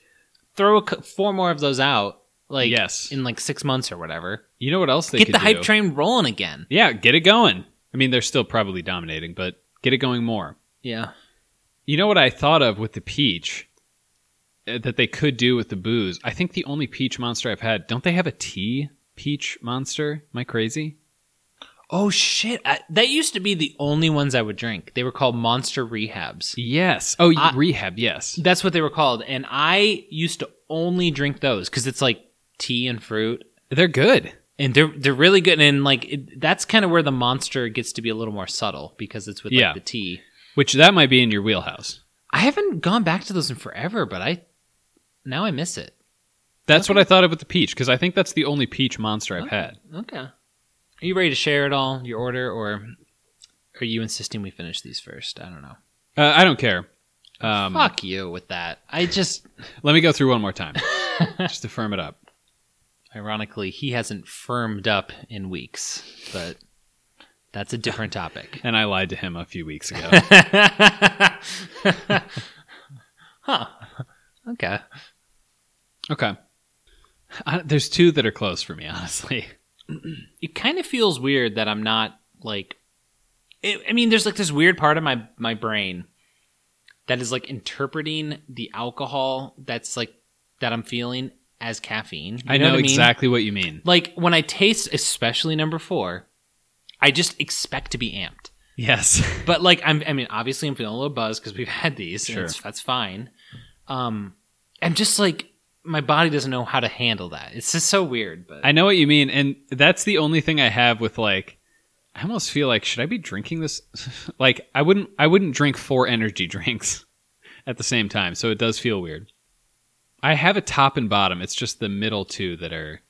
[SPEAKER 1] Throw a, cou- four more of those out, like
[SPEAKER 2] Yes.
[SPEAKER 1] in like six months or whatever.
[SPEAKER 2] You know what else they
[SPEAKER 1] Get
[SPEAKER 2] could
[SPEAKER 1] the hype
[SPEAKER 2] do?
[SPEAKER 1] train rolling again.
[SPEAKER 2] Yeah, get it going. I mean, they're still probably dominating, but get it going more.
[SPEAKER 1] Yeah.
[SPEAKER 2] You know what I thought of with the peach uh, that they could do with the booze? I think the only peach monster I've had, don't they have a tea peach monster? Am I crazy?
[SPEAKER 1] Oh shit! I, that used to be the only ones I would drink. They were called Monster Rehabs.
[SPEAKER 2] Yes. Oh,
[SPEAKER 1] I-
[SPEAKER 2] rehab, yes.
[SPEAKER 1] That's what they were called, and I used to only drink those because it's like tea and fruit,
[SPEAKER 2] They're good.
[SPEAKER 1] and they're they're really good. And like it, that's kind of where the monster gets to be a little more subtle because it's with
[SPEAKER 2] Yeah.
[SPEAKER 1] like the tea.
[SPEAKER 2] Which that might be in your wheelhouse.
[SPEAKER 1] I haven't gone back to those in forever, but I now I miss it.
[SPEAKER 2] That's what I thought of with the peach because I think that's the only peach monster I've
[SPEAKER 1] Okay.
[SPEAKER 2] had.
[SPEAKER 1] Okay. Are you ready to share it all, your order, or are you insisting we finish these first? I don't know.
[SPEAKER 2] Uh, I don't care. Um,
[SPEAKER 1] Fuck you with that. I just
[SPEAKER 2] Let me go through one more time just to firm it up.
[SPEAKER 1] Ironically, he hasn't firmed up in weeks, but that's a different topic.
[SPEAKER 2] And I lied to him a few weeks ago.
[SPEAKER 1] huh. Okay.
[SPEAKER 2] okay. I, there's two that are close for me, honestly.
[SPEAKER 1] It kind of feels weird that I'm not like. It, I mean, there's like this weird part of my my brain that is like interpreting the alcohol that's like that I'm feeling as caffeine. You
[SPEAKER 2] I know,
[SPEAKER 1] what mean?
[SPEAKER 2] exactly what you mean.
[SPEAKER 1] Like when I taste, especially number four, I just expect to be amped.
[SPEAKER 2] Yes.
[SPEAKER 1] but like I'm, I mean, obviously I'm feeling a little buzz because we've had these.
[SPEAKER 2] Sure.
[SPEAKER 1] And it's- that's fine. Um, I'm just like my body doesn't know how to handle that. It's just so weird. But
[SPEAKER 2] I know what you mean. And that's the only thing I have with like, I almost feel like, should I be drinking this? like, I wouldn't, I wouldn't drink four energy drinks at the same time. So it does feel weird. I have a top and bottom. It's just the middle two that are.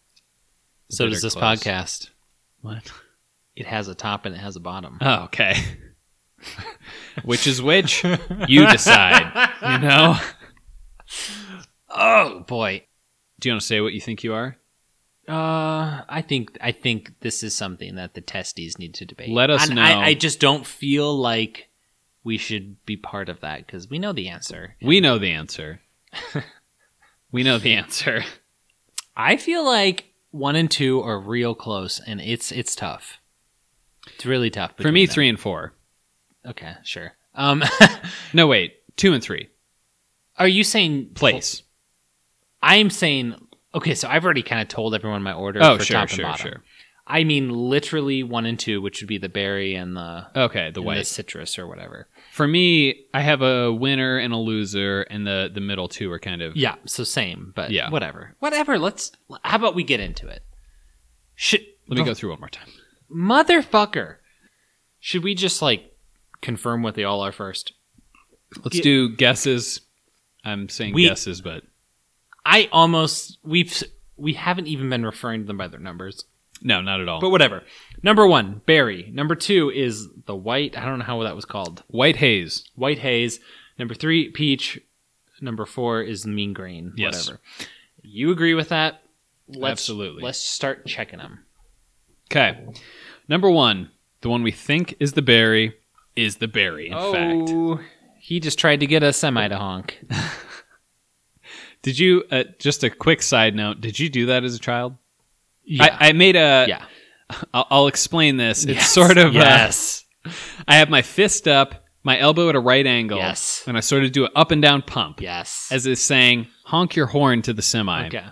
[SPEAKER 1] so
[SPEAKER 2] that
[SPEAKER 1] does
[SPEAKER 2] are
[SPEAKER 1] this
[SPEAKER 2] close.
[SPEAKER 1] podcast.
[SPEAKER 2] What?
[SPEAKER 1] It has a top and it has a bottom.
[SPEAKER 2] Oh, okay. which is which? You decide. You know?
[SPEAKER 1] Oh boy.
[SPEAKER 2] Do you want to say what you think you are?
[SPEAKER 1] Uh, I think I think this is something that the testes need to debate.
[SPEAKER 2] Let us
[SPEAKER 1] And
[SPEAKER 2] know.
[SPEAKER 1] I, I just don't feel like we should be part of that because we know the answer.
[SPEAKER 2] We know the answer. we know the answer.
[SPEAKER 1] I feel like one and two are real close, and it's it's tough. It's really tough.
[SPEAKER 2] For
[SPEAKER 1] between
[SPEAKER 2] me,
[SPEAKER 1] them.
[SPEAKER 2] three and four.
[SPEAKER 1] Okay, sure. Um,
[SPEAKER 2] No, wait. Two and three.
[SPEAKER 1] are you saying
[SPEAKER 2] Place.
[SPEAKER 1] I'm saying okay. So I've already kind of told everyone my order.
[SPEAKER 2] Oh,
[SPEAKER 1] for
[SPEAKER 2] sure,
[SPEAKER 1] top and
[SPEAKER 2] sure,
[SPEAKER 1] bottom.
[SPEAKER 2] sure.
[SPEAKER 1] I mean, literally one and two, which would be the berry and the
[SPEAKER 2] Okay, the
[SPEAKER 1] and
[SPEAKER 2] white.
[SPEAKER 1] the citrus or whatever.
[SPEAKER 2] For me, I have a winner and a loser, and the the middle two are kind of.
[SPEAKER 1] Yeah. So same, but
[SPEAKER 2] Yeah.
[SPEAKER 1] yeah. whatever, whatever. Let's. How about we get into it? Should
[SPEAKER 2] Let me go through one more time.
[SPEAKER 1] motherfucker. Should we just like confirm what they all are first?
[SPEAKER 2] Let's
[SPEAKER 1] Ge-
[SPEAKER 2] do guesses. I'm saying
[SPEAKER 1] We-
[SPEAKER 2] guesses, but
[SPEAKER 1] I almost we've we haven't even been referring to them by their numbers,
[SPEAKER 2] no, not at all.
[SPEAKER 1] but whatever. Number one, Barry. Number two is the white. I don't know how that was called.
[SPEAKER 2] White haze.
[SPEAKER 1] White haze. Number three, peach. Number four is mean green.
[SPEAKER 2] Yes.
[SPEAKER 1] Whatever. You agree with that? Let's,
[SPEAKER 2] Absolutely.
[SPEAKER 1] Let's start checking them.
[SPEAKER 2] Okay. Number one, the one we think is the berry, is the berry, in
[SPEAKER 1] Oh.
[SPEAKER 2] fact.
[SPEAKER 1] he just tried to get a semi to honk.
[SPEAKER 2] Did you, uh, just a quick side note, did you do that as a child?
[SPEAKER 1] Yeah.
[SPEAKER 2] I, I made a.
[SPEAKER 1] yeah.
[SPEAKER 2] I'll, I'll explain this. It's
[SPEAKER 1] Yes.
[SPEAKER 2] sort of. uh,
[SPEAKER 1] yes.
[SPEAKER 2] I have my fist up, my elbow at a right angle,
[SPEAKER 1] Yes.
[SPEAKER 2] and I sort of do an up and down pump,
[SPEAKER 1] Yes.
[SPEAKER 2] as is saying, honk your horn to the semi.
[SPEAKER 1] okay.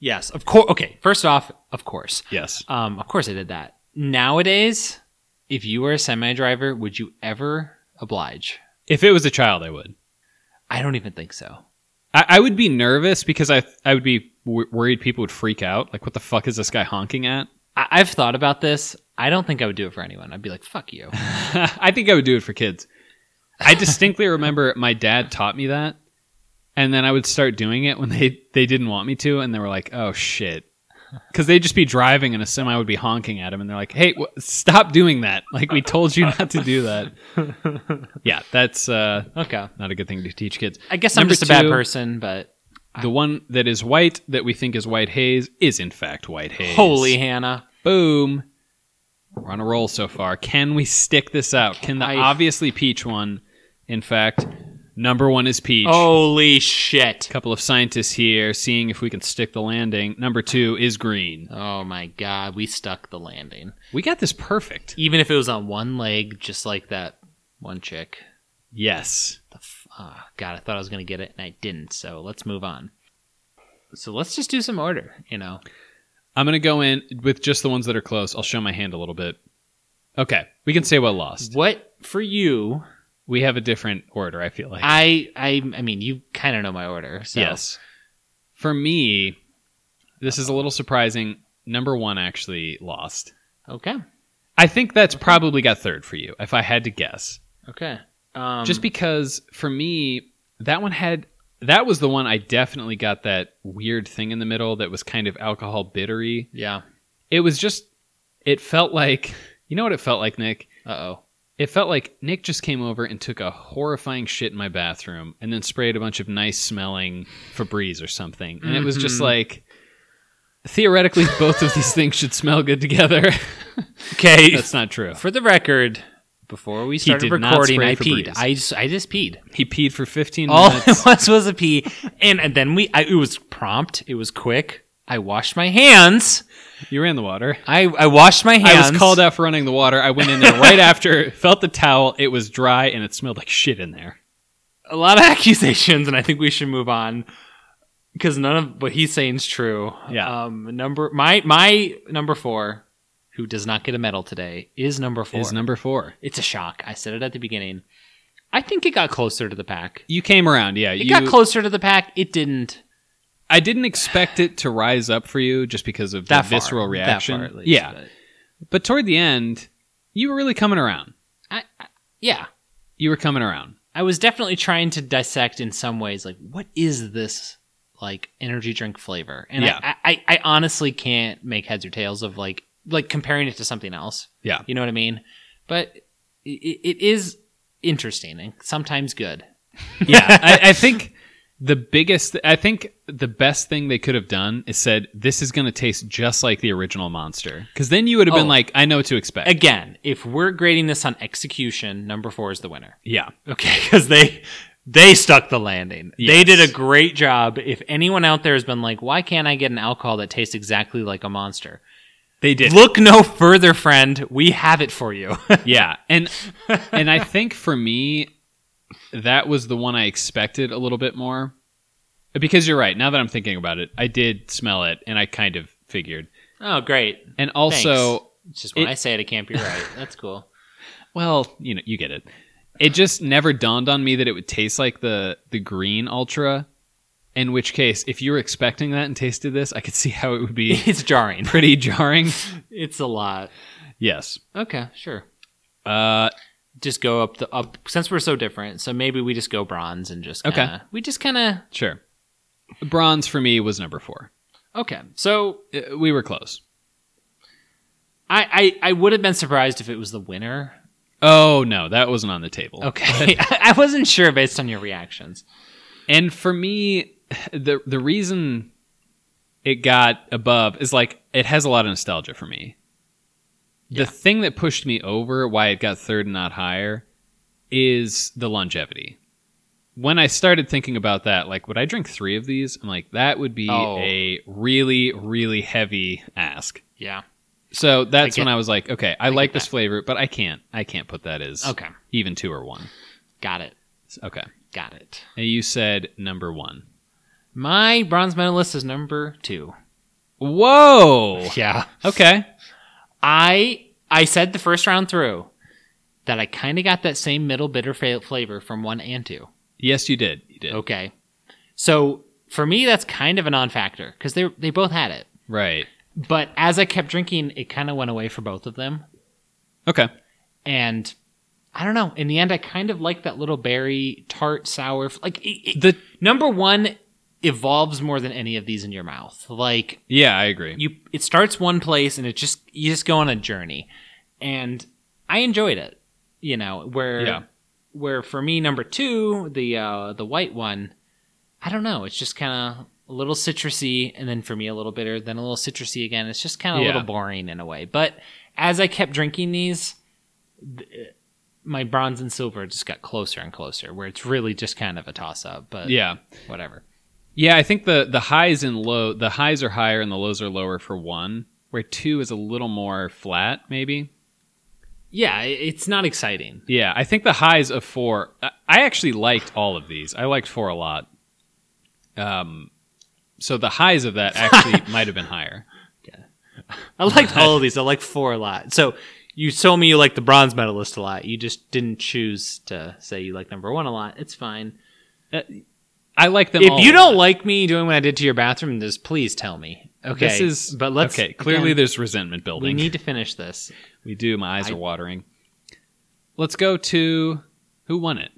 [SPEAKER 1] Yes. Of course. Okay. First off, of course.
[SPEAKER 2] Yes.
[SPEAKER 1] Um, of course I did that. Nowadays, if you were a semi driver, would you ever oblige?
[SPEAKER 2] If it was a child, I would.
[SPEAKER 1] I don't even think so.
[SPEAKER 2] I, I would be nervous because I I would be w- worried people would freak out. Like, what the fuck is this guy honking at?
[SPEAKER 1] I- I've thought about this. I don't think I would do it for anyone. I'd be like, fuck you.
[SPEAKER 2] I think I would do it for kids. I distinctly remember my dad taught me that, and then I would start doing it when they they didn't want me to, and they were like, "Oh shit." Because they'd just be driving and a semi would be honking at him, and they're like, "Hey, wh- stop doing that! Like we told you not to do that." yeah, that's uh,
[SPEAKER 1] Okay.
[SPEAKER 2] not a good thing to teach kids.
[SPEAKER 1] I guess I'm
[SPEAKER 2] Number
[SPEAKER 1] just a bad
[SPEAKER 2] two.
[SPEAKER 1] person, but
[SPEAKER 2] The one that is white that we think is white haze is in fact white haze.
[SPEAKER 1] holy Hannah.
[SPEAKER 2] Boom. We're on a roll so far. Can we stick this out? Can the
[SPEAKER 1] I-
[SPEAKER 2] obviously peach one, in fact, number one is peach.
[SPEAKER 1] Oh. Holy shit.
[SPEAKER 2] Couple of scientists here seeing if we can stick the landing. Number two is green.
[SPEAKER 1] Oh my god, we stuck the landing.
[SPEAKER 2] We got this perfect.
[SPEAKER 1] Even if it was on one leg, just like that one chick.
[SPEAKER 2] Yes.
[SPEAKER 1] The f- oh, god, I thought I was going to get it, and I didn't, so let's move on. So let's just do some order, you know?
[SPEAKER 2] I'm going to go in with just the ones that are close. I'll show my hand a little bit. Okay. We can say what lost.
[SPEAKER 1] What, for you,
[SPEAKER 2] We have a different order, I feel like.
[SPEAKER 1] I, I, I mean, you kind of know my order. So.
[SPEAKER 2] Yes. For me, this is a little surprising. Number one actually lost.
[SPEAKER 1] Okay.
[SPEAKER 2] I think that's probably got third for you, if I had to guess.
[SPEAKER 1] Okay. Um,
[SPEAKER 2] Just because for me, that one had that was the one I definitely got that weird thing in the middle that was kind of alcohol bittery.
[SPEAKER 1] yeah.
[SPEAKER 2] It was just it felt like you know what it felt like, Nick?
[SPEAKER 1] Uh oh.
[SPEAKER 2] It felt like Nick just came over and took a horrifying shit in my bathroom and then sprayed a bunch of nice smelling Febreze or something. And it was just
[SPEAKER 1] Mhm.
[SPEAKER 2] like theoretically both of these things should smell good together.
[SPEAKER 1] Okay.
[SPEAKER 2] That's not true.
[SPEAKER 1] For the record, before we started
[SPEAKER 2] did not
[SPEAKER 1] recording,
[SPEAKER 2] spray Mm,
[SPEAKER 1] I peed.
[SPEAKER 2] Febreze.
[SPEAKER 1] I just, I just peed.
[SPEAKER 2] He peed for 15
[SPEAKER 1] All
[SPEAKER 2] minutes.
[SPEAKER 1] it was was a pee, and, and then we. I, it was prompt. It was quick. I washed my hands.
[SPEAKER 2] You ran the water.
[SPEAKER 1] I, I washed my hands.
[SPEAKER 2] I was called out for running the water. I went in there right after, felt the towel. It was dry and it smelled like shit in there.
[SPEAKER 1] a lot of accusations, and I think we should move on because none of what he's saying is true.
[SPEAKER 2] Yeah.
[SPEAKER 1] Um. Number my my number four, who does not get a medal today, is number four.
[SPEAKER 2] Is number four.
[SPEAKER 1] it's a shock. I said it at the beginning. I think it got closer to the pack.
[SPEAKER 2] You came around, yeah.
[SPEAKER 1] It
[SPEAKER 2] you,
[SPEAKER 1] got closer to the pack. It didn't.
[SPEAKER 2] I didn't expect it to rise up for you just because of
[SPEAKER 1] That
[SPEAKER 2] the
[SPEAKER 1] far.
[SPEAKER 2] visceral
[SPEAKER 1] That
[SPEAKER 2] reaction.
[SPEAKER 1] far at least,
[SPEAKER 2] yeah,
[SPEAKER 1] but-
[SPEAKER 2] but toward the end, you were really coming around.
[SPEAKER 1] I, I, yeah.
[SPEAKER 2] You were coming around.
[SPEAKER 1] I was definitely trying to dissect in some ways, like what is this like energy drink flavor? And
[SPEAKER 2] Yeah.
[SPEAKER 1] I, I, I honestly can't make heads or tails of like like comparing it to something else.
[SPEAKER 2] Yeah.
[SPEAKER 1] you know what I mean. But it, it is interesting and sometimes good.
[SPEAKER 2] Yeah, I, I think the biggest, I think the best thing they could have done is said this is going to taste just like the original monster, because then you would have
[SPEAKER 1] Oh.
[SPEAKER 2] been like, I know what to expect.
[SPEAKER 1] Again, if we're grading this on execution, number four is the winner.
[SPEAKER 2] yeah,
[SPEAKER 1] Okay, because they they stuck the landing. They
[SPEAKER 2] Yes.
[SPEAKER 1] did a great job. If anyone out there has been like, why can't I get an alcohol that tastes exactly like a monster?
[SPEAKER 2] they did.
[SPEAKER 1] Look no further, friend. We have it for you.
[SPEAKER 2] yeah and and i think for me that was the one i expected a little bit more because you're right now that i'm thinking about it i did smell it and i kind of figured
[SPEAKER 1] oh, great.
[SPEAKER 2] and also
[SPEAKER 1] It's just when
[SPEAKER 2] It-
[SPEAKER 1] I say it, it can't be right. That's cool.
[SPEAKER 2] well you know you get it it just never dawned on me that it would taste like the the green ultra in which case if you were expecting that and tasted this i could see how it would be
[SPEAKER 1] It's jarring.
[SPEAKER 2] pretty jarring
[SPEAKER 1] It's a lot.
[SPEAKER 2] yes
[SPEAKER 1] Okay, sure.
[SPEAKER 2] uh
[SPEAKER 1] just go up the up since we're so different. So maybe we just go bronze and just
[SPEAKER 2] Okay.
[SPEAKER 1] kinda, We just kind of
[SPEAKER 2] Sure. Bronze for me was number four.
[SPEAKER 1] okay. So
[SPEAKER 2] Uh, We were close.
[SPEAKER 1] I I, I would have been surprised if it was the winner.
[SPEAKER 2] Oh no, that wasn't on the table.
[SPEAKER 1] Okay, I wasn't sure based on your reactions.
[SPEAKER 2] And for me, the the reason it got above is like it has a lot of nostalgia for me.
[SPEAKER 1] Yeah.
[SPEAKER 2] The thing that pushed me over why it got third and not higher is the longevity. When I started thinking about that, like would I drink three of these? I'm like, that would be
[SPEAKER 1] Oh.
[SPEAKER 2] a really, really heavy ask.
[SPEAKER 1] Yeah.
[SPEAKER 2] So that's
[SPEAKER 1] get-
[SPEAKER 2] when I was like, okay, I, like
[SPEAKER 1] get
[SPEAKER 2] this
[SPEAKER 1] that.
[SPEAKER 2] flavor, but I can't. I can't put that as
[SPEAKER 1] Okay.
[SPEAKER 2] even two or one.
[SPEAKER 1] Got it.
[SPEAKER 2] Okay.
[SPEAKER 1] Got it.
[SPEAKER 2] And you said number one.
[SPEAKER 1] My bronze medalist is number two.
[SPEAKER 2] Whoa.
[SPEAKER 1] Yeah.
[SPEAKER 2] Okay.
[SPEAKER 1] I I said the first round through that I kind of got that same middle bitter fa- flavor from one and two.
[SPEAKER 2] Yes, you did. You did.
[SPEAKER 1] Okay, so for me that's kind of a non-factor because they they both had it.
[SPEAKER 2] Right.
[SPEAKER 1] But as I kept drinking, it kind of went away for both of them,
[SPEAKER 2] Okay.
[SPEAKER 1] and I don't know. In the end, I kind of like that little berry tart sour. f- Like it, it-
[SPEAKER 2] The
[SPEAKER 1] number one evolves more than any of these in your mouth. Like
[SPEAKER 2] yeah, I agree.
[SPEAKER 1] you, it starts one place and it just you just go on a journey, and I enjoyed it. You know where
[SPEAKER 2] Yeah.
[SPEAKER 1] where for me number two the uh, the white one, I don't know. It's just kind of a little citrusy, and then for me a little bitter, then a little citrusy again. It's just kind of
[SPEAKER 2] Yeah.
[SPEAKER 1] a little boring in a way. But as I kept drinking these, th- my bronze and silver just got closer and closer, where it's really just kind of a toss up. But
[SPEAKER 2] Yeah.
[SPEAKER 1] whatever.
[SPEAKER 2] Yeah, I think the the highs and low the highs are higher and the lows are lower for one, where two is a little more flat, maybe.
[SPEAKER 1] Yeah, it- it's not exciting.
[SPEAKER 2] Yeah, I think the highs of four. I I actually liked all of these. I liked four a lot. Um, so the highs of that actually might have been higher.
[SPEAKER 1] I liked all of these. I like four a lot. So you told me you like the bronze medalist a lot. You just didn't choose to say you like number one a lot. It's fine.
[SPEAKER 2] I like them. all
[SPEAKER 1] if
[SPEAKER 2] a
[SPEAKER 1] you
[SPEAKER 2] lot.
[SPEAKER 1] don't like me doing what I did to your bathroom, just please tell me. Okay.
[SPEAKER 2] this is
[SPEAKER 1] but let's
[SPEAKER 2] okay. Clearly,
[SPEAKER 1] again,
[SPEAKER 2] there's resentment
[SPEAKER 1] we
[SPEAKER 2] building.
[SPEAKER 1] need to finish this.
[SPEAKER 2] We do. My eyes
[SPEAKER 1] I-
[SPEAKER 2] are watering. Let's go to who won it.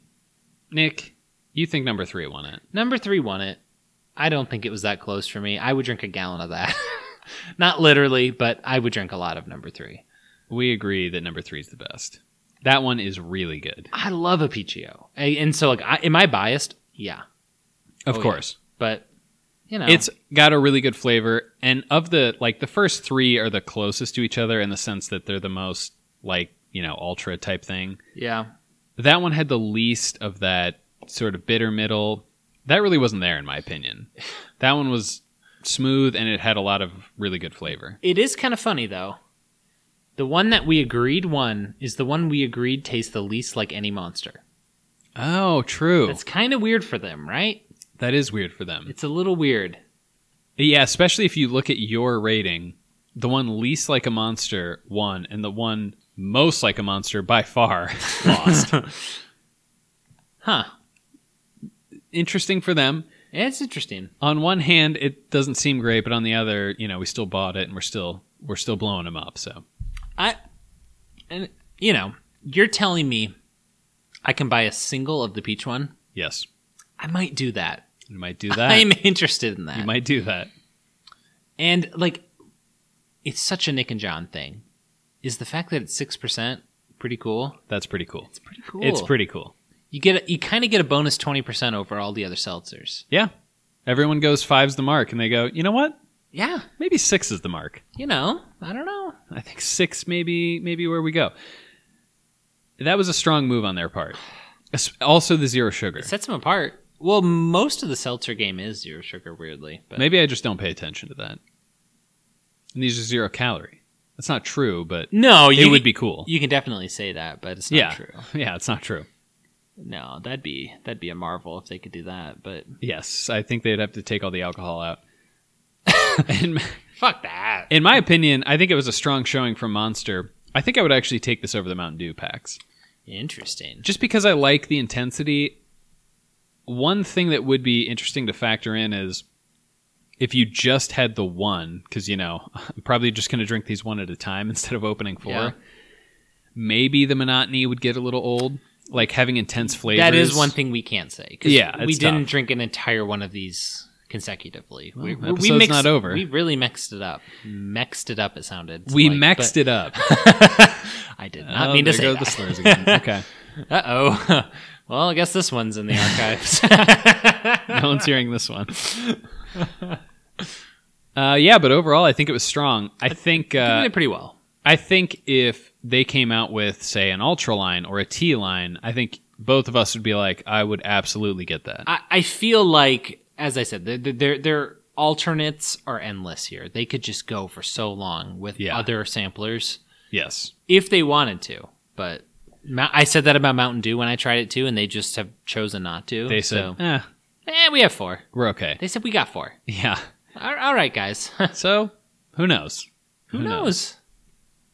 [SPEAKER 2] Nick, you think number three won it?
[SPEAKER 1] Number three won it. I don't think it was that close for me. I would drink a gallon of that. Not literally, but I would drink a lot of number three.
[SPEAKER 2] We agree that number three is the best. That one is really good.
[SPEAKER 1] I love a PGO. And so, like, I, am I biased? Yeah.
[SPEAKER 2] Of
[SPEAKER 1] Oh, yeah.
[SPEAKER 2] course,
[SPEAKER 1] But, you know.
[SPEAKER 2] Oh. it's got a really good flavor. And of the like, the first three are the closest to each other in the sense that they're the most like you know ultra type thing.
[SPEAKER 1] Yeah.
[SPEAKER 2] That one had the least of that sort of bitter middle. That really wasn't there in my opinion. That one was smooth and it had a lot of really good flavor.
[SPEAKER 1] It is kind of funny though. The one that we agreed won is the one we agreed tastes the least like any monster.
[SPEAKER 2] Oh, Mm. true.
[SPEAKER 1] That's kind of weird for them, right?
[SPEAKER 2] That is weird for them.
[SPEAKER 1] It's a little weird.
[SPEAKER 2] Yeah, especially if you look at your rating, the one least like a monster won, and the one most like a monster by far lost.
[SPEAKER 1] Huh.
[SPEAKER 2] Interesting for them.
[SPEAKER 1] Yeah, It's interesting.
[SPEAKER 2] On one hand, it doesn't seem great, but on the other, you know, we still bought it and we're still we're still blowing them up. So
[SPEAKER 1] I and you know, you're telling me I can buy a single of the peach one?
[SPEAKER 2] yes,
[SPEAKER 1] I might do that.
[SPEAKER 2] you might do that.
[SPEAKER 1] I'm interested in that.
[SPEAKER 2] you might do that.
[SPEAKER 1] And like it's such a Nick and John thing. Is the fact that it's 6% pretty cool?
[SPEAKER 2] That's pretty cool.
[SPEAKER 1] It's pretty cool.
[SPEAKER 2] It's pretty cool.
[SPEAKER 1] You get a, you kind of get a bonus twenty percent over all the other seltzers.
[SPEAKER 2] Yeah. Everyone goes five's the mark, and they go, you know what?
[SPEAKER 1] Yeah,
[SPEAKER 2] Maybe six is the mark.
[SPEAKER 1] you know, I don't know.
[SPEAKER 2] I think six, maybe maybe where we go. That was a strong move on their part. Es- Also, the zero sugar.
[SPEAKER 1] It sets them apart. Well, most of the seltzer game is zero sugar, weirdly. But
[SPEAKER 2] Maybe I just don't pay attention to that. And these are zero calorie. That's not true, but
[SPEAKER 1] no,
[SPEAKER 2] it
[SPEAKER 1] you
[SPEAKER 2] would be cool.
[SPEAKER 1] You can definitely say that, but it's not
[SPEAKER 2] yeah,
[SPEAKER 1] true.
[SPEAKER 2] yeah, it's not true.
[SPEAKER 1] No, that'd be that'd be a marvel if they could do that. But
[SPEAKER 2] Yes, I think they'd have to take all the alcohol out. in, my-
[SPEAKER 1] fuck that.
[SPEAKER 2] in my opinion, I think it was a strong showing from Monster. I think I would actually take this over the Mountain Dew packs.
[SPEAKER 1] Interesting.
[SPEAKER 2] just because I like the intensity, one thing that would be interesting to factor in is if you just had the one, because you know I'm probably just going to drink these one at a time instead of opening four.
[SPEAKER 1] Yeah.
[SPEAKER 2] maybe the monotony would get a little old, like having intense flavors.
[SPEAKER 1] That is one thing we can't say. 'cause
[SPEAKER 2] Yeah,
[SPEAKER 1] we
[SPEAKER 2] it's
[SPEAKER 1] didn't
[SPEAKER 2] tough.
[SPEAKER 1] drink an entire one of these consecutively. we,
[SPEAKER 2] Well, episode's not over.
[SPEAKER 1] We really mixed it up. Mexed it up. It sounded.
[SPEAKER 2] We mexed it up.
[SPEAKER 1] it. I did not
[SPEAKER 2] Oh,
[SPEAKER 1] mean to
[SPEAKER 2] there
[SPEAKER 1] say
[SPEAKER 2] go
[SPEAKER 1] that.
[SPEAKER 2] the slurs again. Okay,
[SPEAKER 1] Uh oh. well, I guess this one's in the archives.
[SPEAKER 2] no one's hearing this one. Uh, yeah, but overall, I think it was strong. I think
[SPEAKER 1] you
[SPEAKER 2] uh,
[SPEAKER 1] did pretty well.
[SPEAKER 2] I think if they came out with, say, an ultra line or a T line, I think both of us would be like, I would absolutely get that.
[SPEAKER 1] I, I feel like, as I said, the- the- their their alternates are endless here. They could just go for so long with
[SPEAKER 2] Yeah.
[SPEAKER 1] other samplers
[SPEAKER 2] yes.
[SPEAKER 1] if they wanted to. But Mou- I said that about Mountain Dew when I tried it too, and they just have chosen not to.
[SPEAKER 2] They
[SPEAKER 1] so,
[SPEAKER 2] said, eh,
[SPEAKER 1] eh, we have four.
[SPEAKER 2] we're okay.
[SPEAKER 1] They said we got four.
[SPEAKER 2] Yeah.
[SPEAKER 1] All, all right, guys.
[SPEAKER 2] So, who knows?
[SPEAKER 1] Who,
[SPEAKER 2] Who knows?
[SPEAKER 1] knows?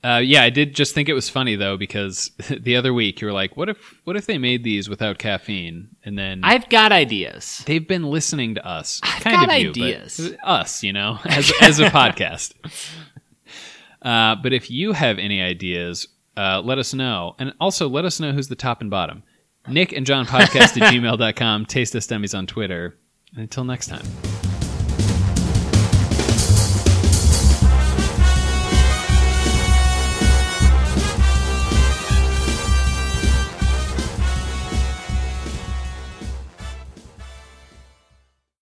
[SPEAKER 2] Uh, yeah, I did just think it was funny though because the other week you were like, "What if, what if they made these without caffeine?" And then
[SPEAKER 1] I've got ideas.
[SPEAKER 2] they've been listening to us,
[SPEAKER 1] I've
[SPEAKER 2] kind
[SPEAKER 1] got
[SPEAKER 2] of you, but
[SPEAKER 1] ideas.
[SPEAKER 2] us, you know, as as a podcast. Uh, but if you have any ideas, uh, let us know, and also let us know who's the top and bottom. Nick and John podcast at gmail.com. Taste us dummies on Twitter. And until next time.